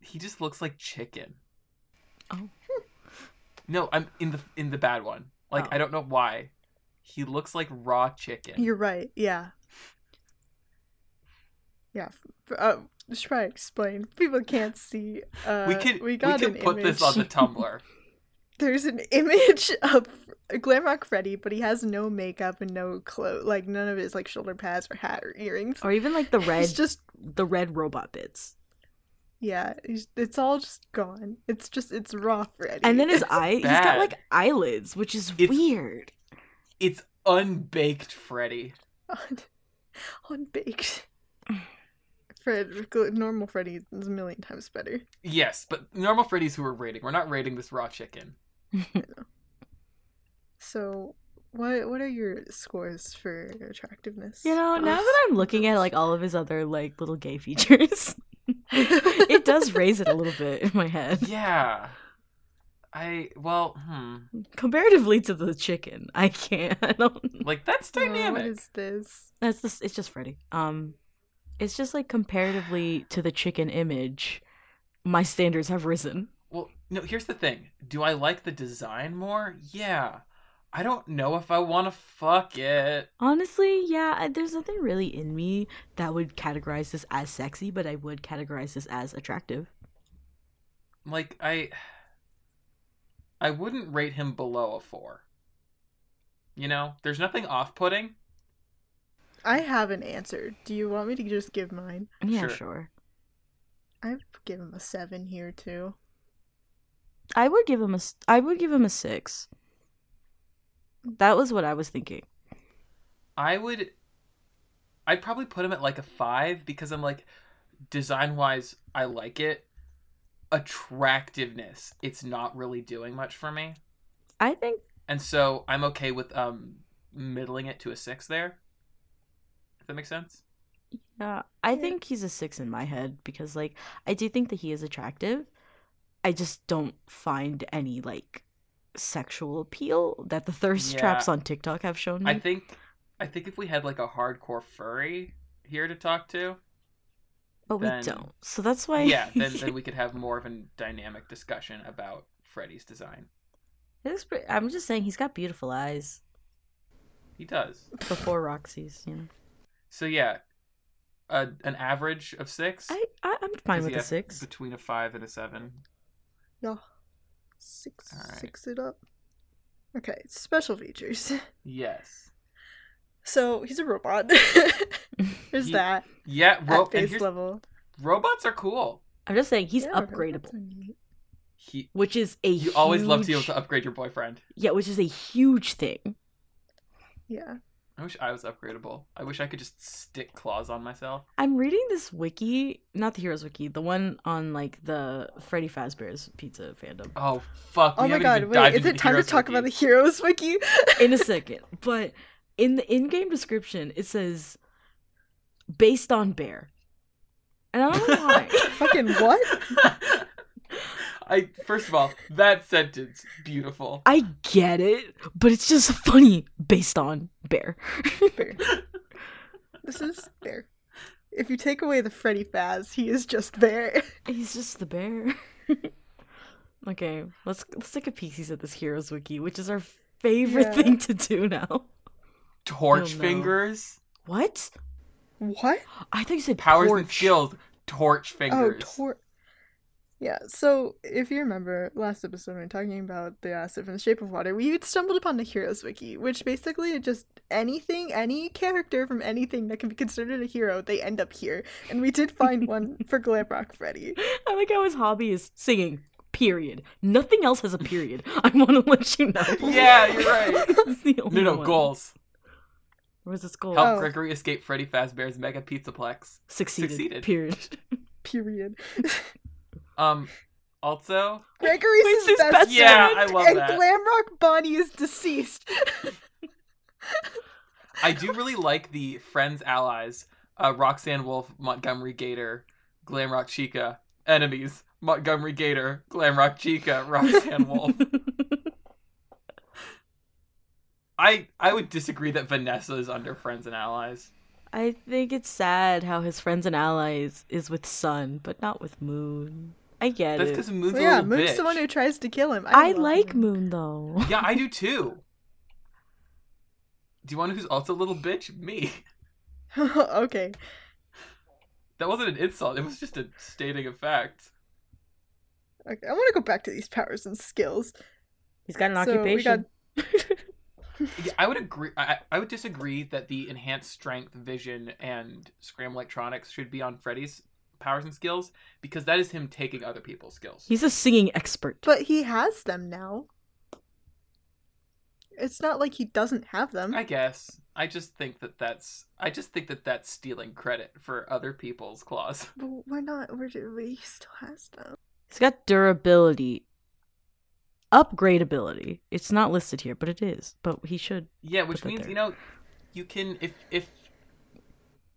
B: He just looks like chicken.
C: Oh.
B: No, I'm in the in the bad one. Like
C: Oh.
B: I don't know why. He looks like raw chicken.
A: You're right. Yeah. Yeah. f- Uh, just try to explain. People can't see. Uh,
B: we can we,
A: We got
B: can
A: an
B: put
A: image.
B: this on the Tumblr.
A: There's an image of Glamrock Freddy, but he has no makeup and no clothes. Like none of his like shoulder pads or hat or earrings.
C: or even like the red,
A: It's just
C: the red robot bits,
A: yeah. he's- It's all just gone. It's just it's raw Freddy.
C: and then his
A: It's-
C: eye. He's got
B: bad.
C: like eyelids, which is
B: It's-
C: weird.
B: it's unbaked Freddy.
A: on, on baked. Fred, gl- normal Freddy is a million times better.
B: Yes, but normal Freddy's who we're rating. We're not rating this raw chicken.
A: So, what what are your scores for attractiveness?
C: You know, now that I'm looking at like all of his other like little gay features, it
A: it
C: does raise it a little bit in my head.
B: Yeah. I well, hmm.
C: Comparatively to the chicken, I can't. I don't.
B: Like that's
A: Oh, what
B: dynamic.
A: is this?
C: That's just, it's just Freddy. Um, it's just like comparatively to the chicken image, my standards have risen.
B: Well, no, here's the thing. Do I like the design more? Yeah. I don't know if I want to fuck it.
C: Honestly, yeah, I- there's nothing really in me that would categorize this as sexy, but I would categorize this as attractive.
B: Like I I wouldn't rate him below a 4. You know, there's nothing off-putting.
A: I have an answer. Do you want me to just give mine?
C: Yeah,
B: Sure.
C: sure.
A: I would give him a seven here too.
C: I would give him a s- I would give him a 6. That was what I was thinking.
B: I would I'd probably put him at like a 5 because I'm like design wise I like it. Attractiveness, it's not really doing much for me.
C: I think
B: And so I'm okay with um middling it to a 6 there. If that makes sense?
C: Yeah, I
A: Yeah.
C: think he's a six in my head because, like, I do think that he is attractive. I just don't find any like sexual appeal that the thirst traps on TikTok have shown me.
B: I think I think if we had like a hardcore furry here to talk to,
C: but we
B: then-
C: don't, so that's why.
B: yeah, then, then we could have more of a dynamic discussion about Freddy's design.
C: He looks pretty- I'm just saying he's got beautiful eyes
B: He does.
C: before Roxy's. You know,
B: So yeah, a, an average of 6.
C: I, I I'm fine
B: Is
C: with
B: he
C: a
B: at-
C: six.
B: Between a five and a seven.
A: Yeah. Six
B: Alright.
A: six it up. Okay, special features.
B: Yes.
A: So he's a robot. There's
B: He-
A: that
B: Yeah. Ro-
A: at
B: and
A: base
B: here's,
A: level.
B: robots are cool.
C: I'm just saying he's
A: Yeah, robots
C: upgradable,
A: are neat.
B: He.
C: which is a
B: You always love to be able
C: huge-
B: to upgrade your boyfriend.
C: yeah, which is a huge thing.
A: Yeah.
B: I wish I was upgradable. I wish I could just stick claws on myself.
C: I'm reading this wiki, not the Heroes wiki, the one on like the Freddy Fazbear's pizza fandom
B: Oh fuck! we
A: Oh my
B: haven't
A: god,
B: even dived
A: wait, is
B: into
A: it
B: the
A: time to
B: heroes
A: talk about the
B: wiki.
A: heroes wiki?
C: in a second. But in the in-game description, it says based on bear, and I don't know why.
A: Fucking
B: what? I first of all, that sentence beautiful.
C: I get it, but it's just funny based on bear.
A: Bear. this is Bear. If you take away the Freddy Faz, he is just there.
C: He's just the bear. okay, let's let's take a peek at this Heroes wiki, which is our favorite
A: Yeah.
C: thing to do now.
B: Torch
C: no.
B: fingers,
C: What?
A: What?
C: I think you said
B: powers and
C: porch.
B: skills. Torch
A: Oh,
B: fingers.
A: tor- yeah. So if you remember last episode, when we were talking about the acid from the Shape of Water, we had stumbled upon the Heroes Wiki, which basically is just anything, any character from anything that can be considered a hero, they end up here. And we did find one for Glamrock Freddy.
C: I like how his hobby is singing. Period. Nothing else has a period. I want to let you know.
B: Yeah, you're right.
C: It's the
B: no,
C: only
B: no
C: one.
B: goals.
C: Where's this goal?
B: Help
A: Oh.
B: Gregory escape Freddy Fazbear's Mega Pizzaplex.
C: Succeeded.
B: Succeeded.
C: Period.
A: Period.
B: Um, also,
A: Gregory's
C: Wait,
A: his,
C: his
A: best,
C: best
B: Yeah,
A: friend,
B: I love
A: and
B: that.
A: Glamrock Bonnie is deceased.
B: I do really like the Friends allies: uh, Roxanne Wolf, Montgomery Gator, Glamrock Chica. Enemies: Montgomery Gator, Glamrock Chica, Roxanne Wolf. I I would disagree that Vanessa is under Friends and Allies.
C: I think it's sad how his friends and allies is with Sun, but not with Moon. I get
B: That's
C: it.
B: because Moon's
A: yeah,
B: a little
A: Moon's
B: bitch.
A: the one who tries to kill him.
C: I,
A: love
C: like Moon though.
B: Yeah, I do too. Do you want to know who's also a little bitch? Me.
A: okay.
B: That wasn't an insult. It was just a stating of fact.
A: Okay, I want to go back to these powers and skills.
C: He's got an
A: So, we
C: occupation.
B: Yeah, I would agree. I, I would disagree that the enhanced strength, vision, and scram electronics should be on Freddy's powers and skills because that is him taking other people's skills.
C: He's a singing expert.
A: But he has them now. It's not like he doesn't have them.
B: I guess. I just think that that's. I just think that that's stealing credit for other people's claws.
A: But We're not. We're ju- he still has them.
C: He's got durability, upgradability. It's not listed here, but it is. But he should.
B: Yeah, which
C: that
B: means
C: there.
B: you know, you can if if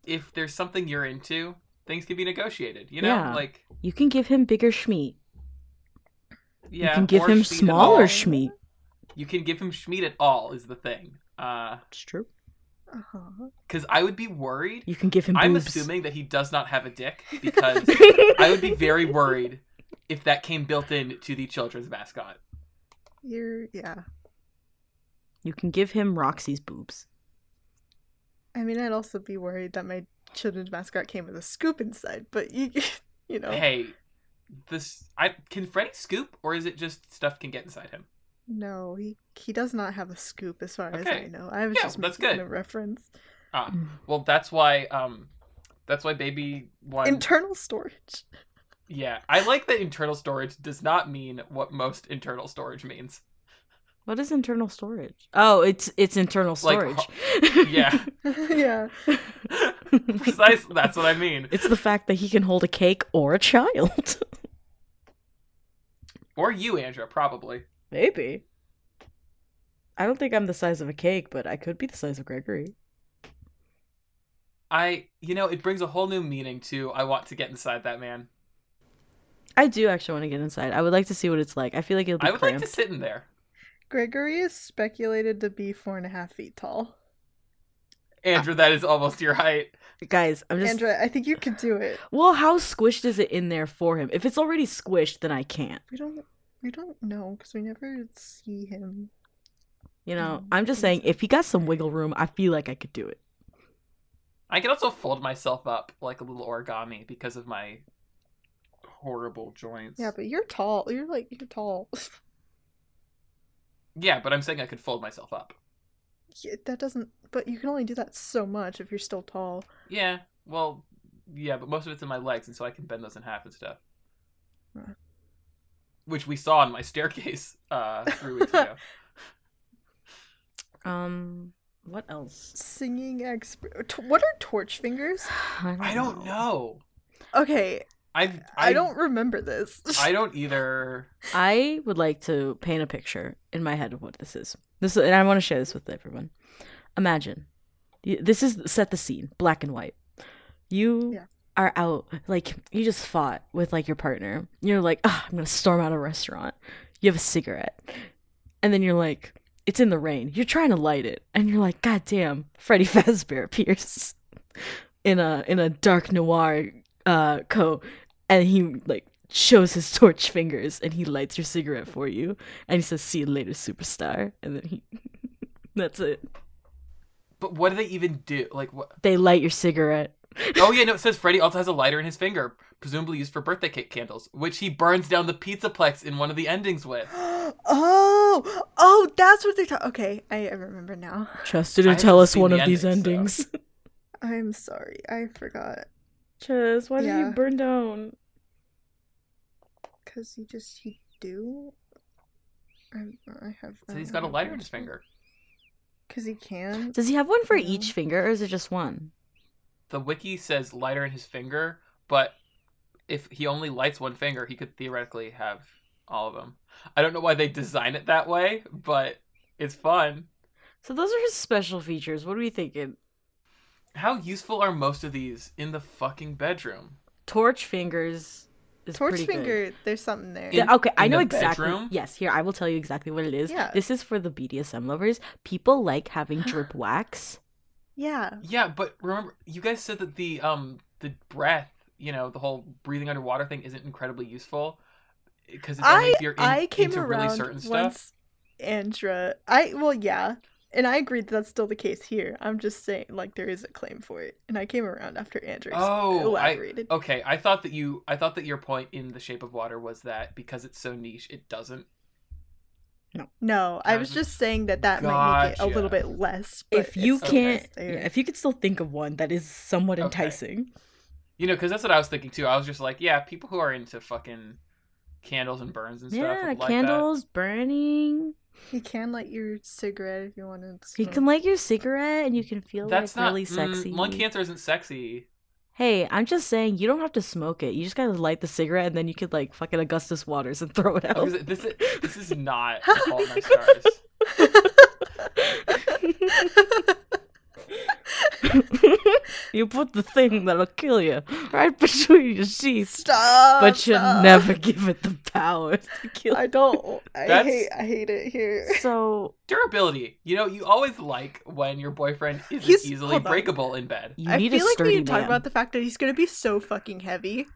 B: if there's something you're into, things can be negotiated. You know,
C: Yeah.
B: like
C: You can give him bigger schmeat.
B: yeah,
C: you can give
B: or
C: him
B: schmeat at
C: smaller
B: all.
C: schmeat.
B: You can give him schmeat at all is the thing. Uh,
C: It's true.
A: Uh huh.
B: because I would be worried
C: You can give him.
B: I'm
C: boobs.
B: assuming that he does not have a dick because I would be very worried if that came built in to the children's mascot.
A: You're yeah.
C: You can give him Roxy's boobs.
A: I mean, I'd also be worried that my children's mascot came with a scoop inside. But you, you
C: Oh.
A: know,
B: Hey, this I can Freddy scoop or is it just stuff can get inside him?
A: no, he he does not have a scoop as far as
B: Okay.
A: I know. I was
B: Yeah,
A: just
B: that's
A: making
B: good.
A: a reference.
B: Ah,
C: Mm.
B: well that's why um that's why baby one
A: Internal storage.
B: Yeah, I like that internal storage does not mean what most internal storage means.
C: What is internal storage? Oh, it's it's internal
B: Like,
C: storage.
B: Yeah,
A: yeah.
B: precisely. That's what I mean.
C: It's the fact that he can hold a cake or a child.
B: Or you, Andrea, probably.
C: Maybe. I don't think I'm the size of a cake, but I could be the size of Gregory.
B: I, you know, it brings a whole new meaning to I want to get inside that man.
C: I do actually want to get inside. I would like to see what it's like. I feel like it'll be
B: I would
C: cramped.
B: like to sit in there.
A: Gregory is speculated to be four and a half feet tall.
B: Andrew, that is almost your height.
C: Guys, I'm just
A: Andrea, I think you could do it.
C: Well, how squished is it in there for him? If it's already squished, then I can't.
A: We don't we don't know because we never see him.
C: Mm-hmm. You know,
A: Mm,
C: I'm just saying if he got some wiggle room, I feel like I could do it.
B: I can also fold myself up like a little origami because of my horrible joints.
A: Yeah, but you're tall. You're like you're tall.
B: Yeah, but I'm saying I could fold myself up.
A: Yeah, that doesn't. But you can only do that so much if you're still tall.
B: Yeah, well, yeah, but most of it's in my legs, and so I can bend those in half and stuff.
A: Huh.
B: Which we saw on my staircase uh, three weeks ago.
C: Um, what else?
A: Singing expert. T- what are torch fingers?
B: I don't know.
A: Okay,
B: I've,
A: I, don't remember this.
B: I don't either.
C: I would like to paint a picture in my head of what this is. This and I want to share this with everyone. Imagine y- this is set the scene, black and white. You
A: Yeah.
C: are out like you just fought with like your partner. You're like, ah, I'm gonna storm out a restaurant. You have a cigarette, and then you're like, it's in the rain. You're trying to light it, and you're like, God damn, Freddy Fazbear appears in a in a dark noir uh coat, and he like shows his torch fingers, and he lights your cigarette for you, and he says, "See you later, superstar," and then he. That's it.
B: But what do they even do? Like, what?
C: They light your cigarette.
B: Oh yeah, no. It says Freddy also has a lighter in his finger, presumably used for birthday cake candles, which he burns down the pizza plex in one of the endings with.
A: oh, oh, that's what they talk. Okay, I, I remember now.
C: Chester
B: I
C: didn't tell
B: haven't
C: us
B: seen
C: one
B: the
C: of these
B: ending,
C: endings.
B: so-
A: I'm sorry, I forgot.
C: Chess, why
A: did you Yeah.
C: burn down?
A: Cause you just you do. I, I have. um,
B: So he's got a lighter in his finger.
A: Cause he can.
C: Does he have one for
A: Yeah.
C: each finger, or is it just one?
B: The wiki says lighter in his finger, but if he only lights one finger, he could theoretically have all of them. I don't know why they design it that way, but it's fun.
C: So those are his special features. What are we thinking?
B: How useful are most of these in the fucking bedroom?
C: Torch fingers is
A: Torch
C: pretty good.
A: finger. There's something there.
B: In-
C: Yeah, okay, I
B: in
C: know
B: the
C: exactly.
B: bedroom?
C: Yes, here I will tell you exactly what it is.
A: Yeah.
C: This is for the BDSM lovers. People like having drip wax.
A: yeah.
B: Yeah, but remember, you guys said that the um the breath, you know, the whole breathing underwater thing isn't incredibly useful because it's
A: I
B: only if you're in,
A: I came
B: into
A: around
B: really certain stuff.
A: once Andra. I well yeah, and I agree that that's still the case here. I'm just saying like there is a claim for it, and I came around after Andra ex-
B: Oh, I,
A: elaborated.
B: okay. I thought that you, I thought that your point in The Shape of Water was that because it's so niche, it doesn't.
A: no, I was
B: Gotcha.
A: just saying that that might make it a little
B: Gotcha.
A: bit less. but
C: If you
A: it's
B: okay.
C: can't,
A: almost there.
C: yeah, if you could still think of one that is somewhat
B: Okay.
C: enticing.
B: You know, because that's what I was thinking too. I was just like, yeah, people who are into fucking candles and burns and stuff.
C: Yeah,
B: would like
C: candles burning.
A: you can light your cigarette if you want to.
C: You can light your cigarette and you can feel
B: That. Hmm. That's
C: like
B: not
C: really sexy.
B: Mm, lung cancer isn't sexy.
C: Hey, I'm just saying you don't have to smoke it. You just gotta light the cigarette and then you could like fucking Augustus Waters and throw it out.
B: Because This Oh, is this is not the fault of my stars.
C: you put the thing that'll kill you right between your sheets,
A: Stop.
C: but you
A: stop.
C: never give it the power to kill.
A: I don't. I
B: That's-
A: hate. I hate it here.
C: So
B: Durability. You know, you always like when your boyfriend isn't
A: He's-
B: easily
A: hold on.
B: breakable in bed.
C: you
A: I
C: need
A: feel
C: a
A: like we
C: sturdy
A: need to talk
C: man.
A: about the fact that he's gonna be so fucking heavy.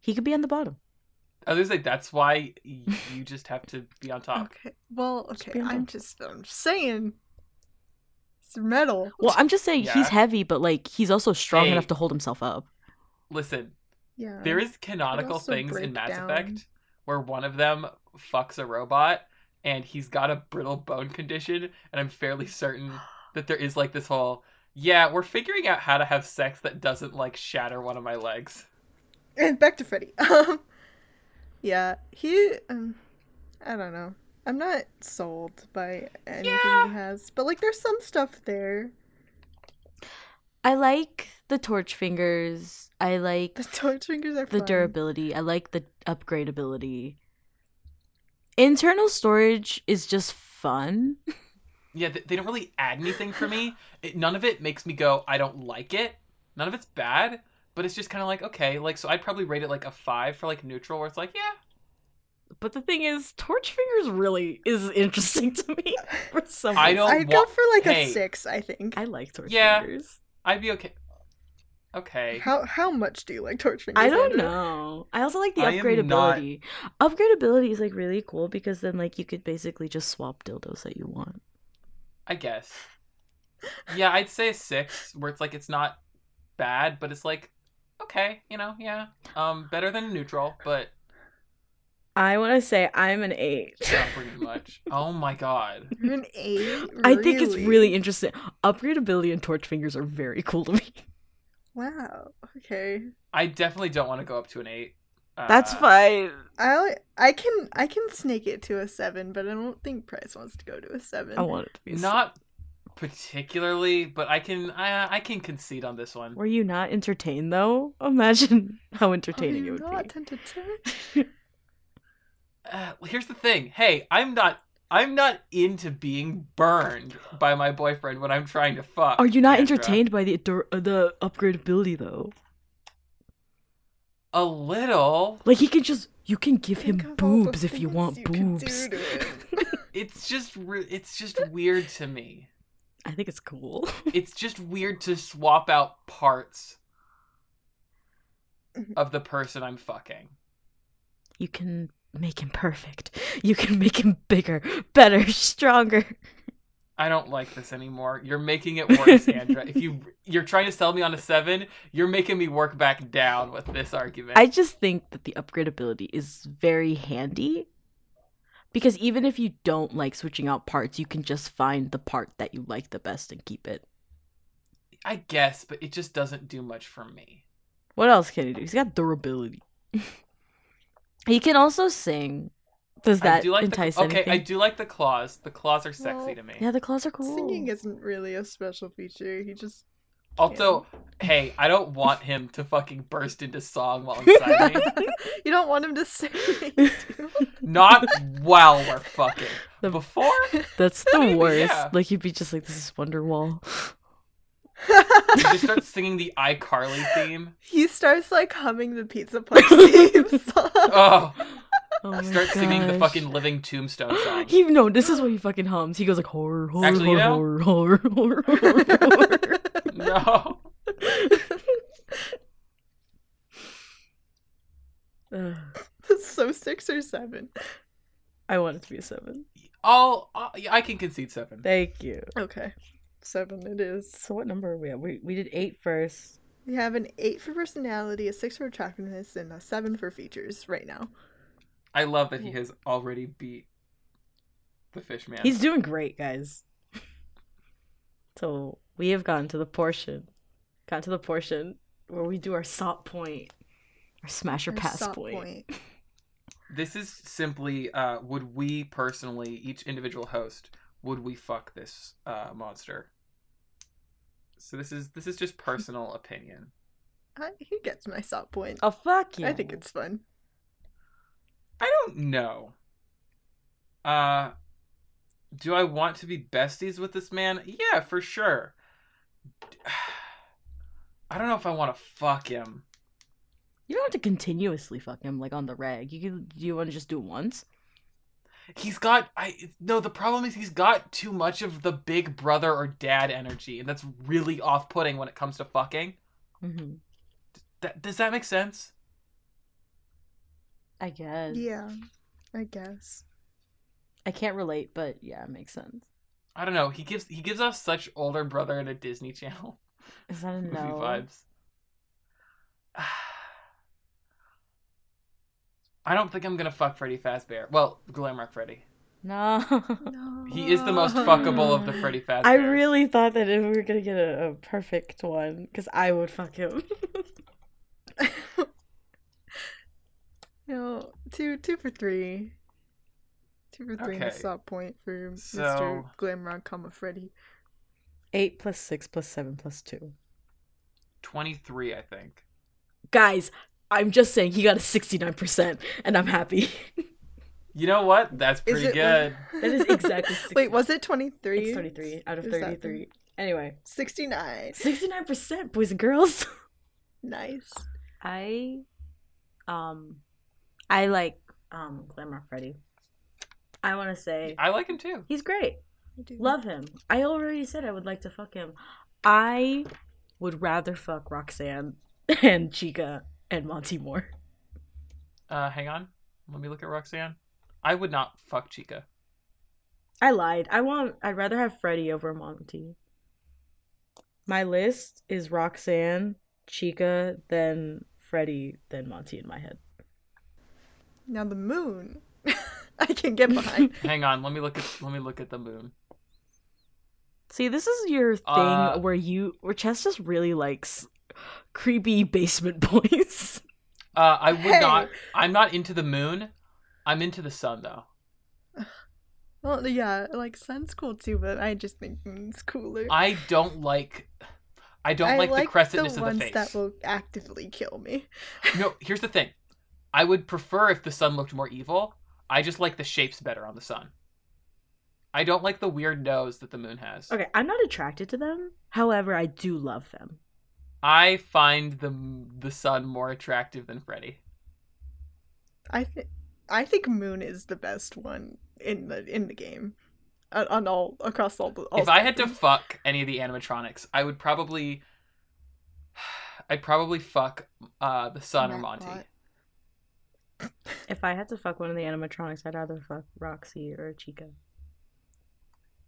C: He could be on the bottom.
B: I was like, that's why y- you just have to be on top.
A: Okay. Well,
C: Just
A: okay.
C: be
A: I'm
C: metal.
A: just I'm just saying. It's metal.
C: Well, I'm just saying
B: Yeah.
C: he's heavy, but like he's also strong
B: Hey.
C: enough to hold himself up.
B: Listen,
A: yeah.
B: There is canonical
A: also
B: things
A: break
B: in Mass
A: down.
B: Effect where one of them fucks a robot and he's got a brittle bone condition, and I'm fairly certain that there is like this whole yeah, we're figuring out how to have sex that doesn't like shatter one of my legs.
A: And back to Freddy. Um, yeah, he. Um, I don't know. I'm not sold by anything
B: Yeah.
A: he has, but like, there's some stuff there.
D: I like the torch fingers. I like
A: The torch fingers are
D: the
A: fun.
D: durability. I like the upgradability. Internal storage is just fun.
B: Yeah, th- they don't really add anything for me. It, none of it makes me go, I don't like it. None of it's bad, but it's just kind of like, okay, like, so I'd probably rate it like a five for like neutral, where it's like, yeah,
C: But the thing is, torch fingers really is interesting to me for some
B: I
C: reason.
B: don't
A: I'd go
B: wa-
A: for like
B: Hey.
A: a six. I think.
C: I like torch
B: Yeah.
C: fingers.
B: I'd be okay. Okay.
A: How how much do you like torch fingers?
C: I don't
A: Andrew?
C: know. I also like the
B: I am not-
C: upgradability.
D: Upgradability is like really cool because then like you could basically just swap dildos that you want.
B: I guess. Yeah, I'd say a six, where it's like it's not bad, but it's like okay, you know, yeah, um, better than a neutral, but
C: I want to say I'm an eight.
B: not pretty much. Oh my god,
A: You're an eight.
C: I think it's really interesting. Upgradability and torch fingers are very cool to me.
A: Wow. Okay.
B: I definitely don't want to go up to an eight. Uh,
C: That's fine.
A: I I can I can snake it to a seven, but I don't think Price wants to go to a seven.
C: I want it to be a
B: Not particularly, but I can I I can concede on this one.
C: Were you not entertained though? Imagine
A: Oh,
C: how
A: you're
C: entertaining it would
A: not
C: be.
A: tempted to?
B: Uh, here's the thing. Hey, I'm not I'm not into being burned by my boyfriend when I'm trying to fuck.
C: Are you not
B: Kendra.
C: entertained by the dur- uh, the upgradability though?
B: A little.
C: Like he can just you can give
A: Think
C: him
A: of all the
C: boobs if you
A: things
C: want
A: can
C: boobs.
A: do to it.
B: It's just re- it's just weird to me.
C: I think it's cool.
B: it's just weird to swap out parts
C: Mm-hmm.
B: of the person I'm fucking.
C: You can make him perfect. You can make him bigger, better, stronger.
B: I don't like this anymore. You're making it worse, Andra. if you you're trying to sell me on a seven, you're making me work back down with this argument.
C: I just think that the upgradability is very handy because even if you don't like switching out parts, you can just find the part that you like the best and keep it.
B: I guess, but it just doesn't do much for me.
C: What else can he do? He's got durability.
D: He can also sing.
C: Does
B: I
C: that
B: do like
C: entice
B: the, okay.
C: anything?
B: I do like the claws. The claws are sexy
A: Well,
B: to me.
D: Yeah, the claws are cool.
A: Singing isn't really a special feature. He just
B: also, hey, I don't want him to fucking burst into song while inside me.
A: you don't want him to sing. do you?
B: Not while we're fucking.
C: The-
B: Before
C: That's the worst.
B: yeah.
C: Like you'd be just like, this is Wonderwall.
B: you just start singing the iCarly theme.
A: he starts like humming the pizza place theme song.
B: Oh,
C: Oh my
B: start singing the
C: gosh.
B: fucking Living Tombstone song.
C: He no, this is what he fucking hums. He goes like horror, horror,
B: Actually, you
C: horror, horror, horror, horror, horror.
B: no.
C: Ugh.
A: so six or seven.
C: I want it to be a seven.
B: I'll, i I can concede seven.
C: Thank you.
A: Okay, seven it is.
C: So what number are we at? We we did eight first.
A: We have an eight for personality, a six for attractiveness, and a seven for features right now.
B: I love that he has already beat the fish man.
C: He's doing great, guys. so we have gotten to the portion, gotten to the portion where we do our sop point, our smasher
A: Our
C: pass
A: stop
C: point.
B: this is simply uh, would we personally, each individual host, would we fuck this uh, monster? So this is this is just personal opinion.
A: I, he gets my stop point.
C: Oh fuck you!
A: I think it's fun.
B: I don't know. Uh do I want to be besties with this man? Yeah, for sure. I don't know if I want to fuck him.
C: you don't have to continuously fuck him like on the rag. You can. Do you want to just do it once?
B: He's got I no, the problem is he's got too much of the big brother or dad energy and that's really off-putting when it comes to fucking.
C: Mm-hmm.
B: That, does that make sense?
C: I guess.
A: Yeah, I guess.
C: I can't relate, but yeah, it makes sense.
B: I don't know. He gives he gives off such older brother in a Disney Channel
C: Is that a
B: movie
C: no?
B: vibes. I don't think I'm gonna fuck Freddy Fazbear. Well, Glamrock Freddy.
C: No.
A: No.
B: He is the most fuckable of the Freddy Fazbear.
C: I really thought that if we were gonna get a, a perfect one, because I would fuck him.
A: No, two two for three. Two for three and a
B: Okay.
A: stop point for Mr.
B: So-
A: Glamrock, comma Freddy.
E: Eight plus six plus seven plus two.
B: 23, I think.
C: Guys, I'm just saying he got a 69%, and I'm happy.
B: You know what? That's pretty good.
C: That is exactly
A: Wait, was it twenty three?
C: It's 23 out of
A: Is that the-
C: 33. Anyway,
A: Sixty nine.
C: 69%, boys and girls.
A: Nice.
C: I, um, I like um Glamour Freddy. I want to say
B: I like him too.
C: he's great.
A: You do.
C: Love him. I already said I would like to fuck him. I would rather fuck Roxanne and Chica and Monty Moore.
B: Uh, hang on. Let me look at Roxanne. I would not fuck Chica.
C: I lied. I want. I'd rather have Freddy over Monty. My list is Roxanne, Chica, then Freddy, then Monty in my head.
A: Now the moon. I can get behind.
B: Hang on. Let me look at. Let me look at the moon.
C: See, this is your thing
B: Uh,
C: where you where Chess just really likes creepy basement boys.
B: Uh, I would
A: Hey.
B: not. I'm not into the moon. I'm into the sun though.
A: well, yeah, like sun's cool too, but I just think moon's cooler.
B: I don't like. I don't like, the crescentness of
A: ones
B: the face.
A: that will actively kill me.
B: No, here's the thing. I would prefer if the sun looked more evil. I just like the shapes better on the sun. I don't like the weird nose that the moon has.
C: Okay, I'm not attracted to them. However, I do love them.
B: I find the the sun more attractive than Freddy.
A: I think I think moon is the best one in the in the game, on, on all across all the. All
B: if I had to
A: spectrums.
B: fuck any of the animatronics, I would probably I'd probably fuck uh the sun or
A: Matt
B: Monty.
A: Bot.
C: If I had to fuck one of the animatronics, I'd either fuck Roxy or Chica.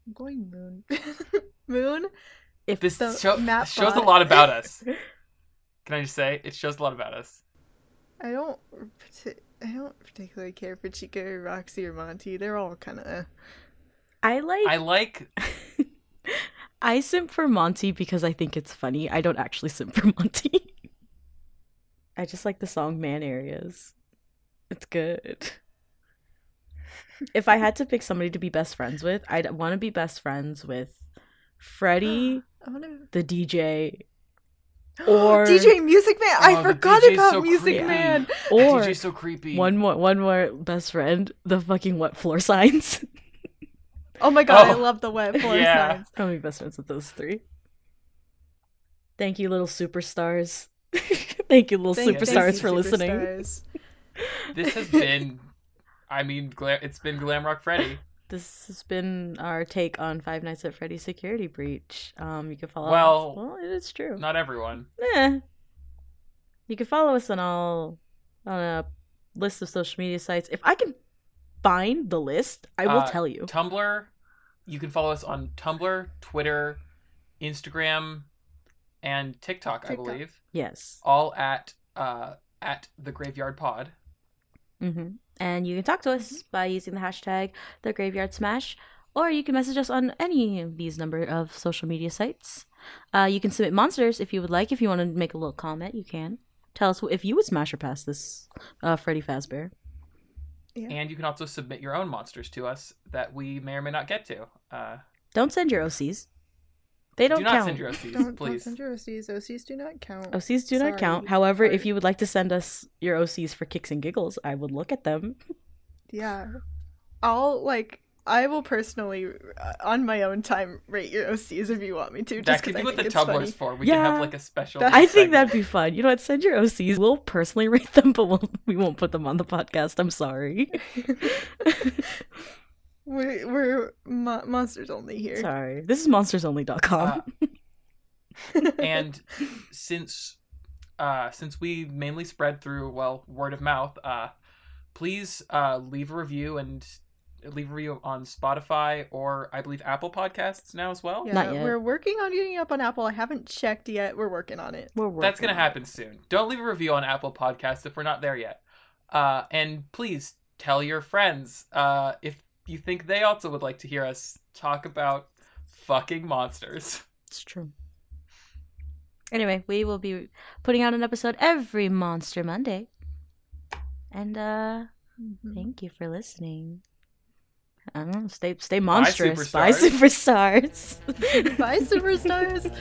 A: I'm going moon. moon.
C: If
B: This
A: The
B: show,
A: Matt
B: this shows a
A: Bot.
B: lot about us. Can I just say it shows a lot about us?
A: I don't. parti- I don't particularly care for Chica or Roxy or Monty. They're all kind of.
C: I like
B: I like
C: I simp for Monty because I think it's funny. I don't actually simp for Monty. I just like the song Man Areas. It's good. if I had to pick somebody to be best friends with, I'd want to be best friends with Freddie,
A: I wanna...
C: the DJ, Or-
A: DJ Music Man.
B: Oh,
A: I
B: the
A: forgot
B: DJ 's
A: about
B: so
A: Music
B: creepy.
A: Man.
C: or
B: DJ's so creepy.
C: one more one more best friend, the fucking what floor signs.
A: Oh my god, I
B: Oh.
A: love the wet floor
B: Yeah.
A: signs.
C: I'll be best friends with those three. Thank you, little superstars. Thank you, little
A: Thank-
C: superstars,
A: thank you,
C: for listening.
A: superstars.
B: This has been I mean gla- it's been Glamrock Freddy.
C: This has been our take on Five Nights at Freddy's security breach. Um, you can follow
B: Well,
C: us. Well, it is true.
B: Not everyone.
C: Eh. You can follow us on all on a list of social media sites. If I can find the list, I will
B: Uh,
C: tell you.
B: Tumblr. You can follow us on Tumblr, Twitter, Instagram, and TikTok, I
A: TikTok.
B: believe.
C: yes.
B: All at uh at the Graveyard Pod.
C: hmm And you can talk to us
B: Mm-hmm.
C: by using the hashtag the Graveyard Smash, or you can message us on any of these number of social media sites. Uh, you can submit monsters if you would like. If you want to make a little comment, you can. Tell us if you would smash or pass this uh, Freddy Fazbear.
B: And you can also submit your own monsters to us that we may or may not get to. Uh,
C: Don't send your OCs. They don't
B: do not
C: count.
B: send your OCs,
A: Don't, don't
B: please.
A: send your OCs. OCs do not count.
C: OCs do
A: Sorry.
C: not count. However, if
A: Sorry.
C: you would like to send us your OCs for kicks and giggles, I would look at them.
A: Yeah. I'll like I will personally uh, on my own time rate your OCs if you want me to.
B: that
A: Just
B: could
A: because
B: be
A: I
B: what the
A: think it's
B: Tumblr's
A: funny.
B: for. We can
C: Yeah.
B: have like a special.
A: That-
C: I think that'd
B: segment.
C: be fun. You know what? Send your OCs. We'll personally rate them, but we'll, we won't put them on the podcast. I'm sorry.
A: We're, we're mo- monsters only here.
C: sorry. This is
B: Uh,
C: monstersonly.com.
B: and since uh since we mainly spread through well word of mouth uh please uh leave a review and leave a review on spotify or i believe apple podcasts now as well
A: Yeah,
C: Not yet.
A: we're working on getting up on Apple. I haven't checked yet. We're working on it.
C: We're
B: that's
C: working
B: gonna
C: on it.
B: happen soon don't leave a review on apple podcasts if we're not there yet uh and please tell your friends uh if you think they also would like to hear us talk about fucking monsters
C: It's true. Anyway, we will be putting out an episode every Monster Monday. And uh thank you for listening. I don't know, stay stay
B: Bye,
C: monstrous. Bye, superstars.
A: Bye, superstars.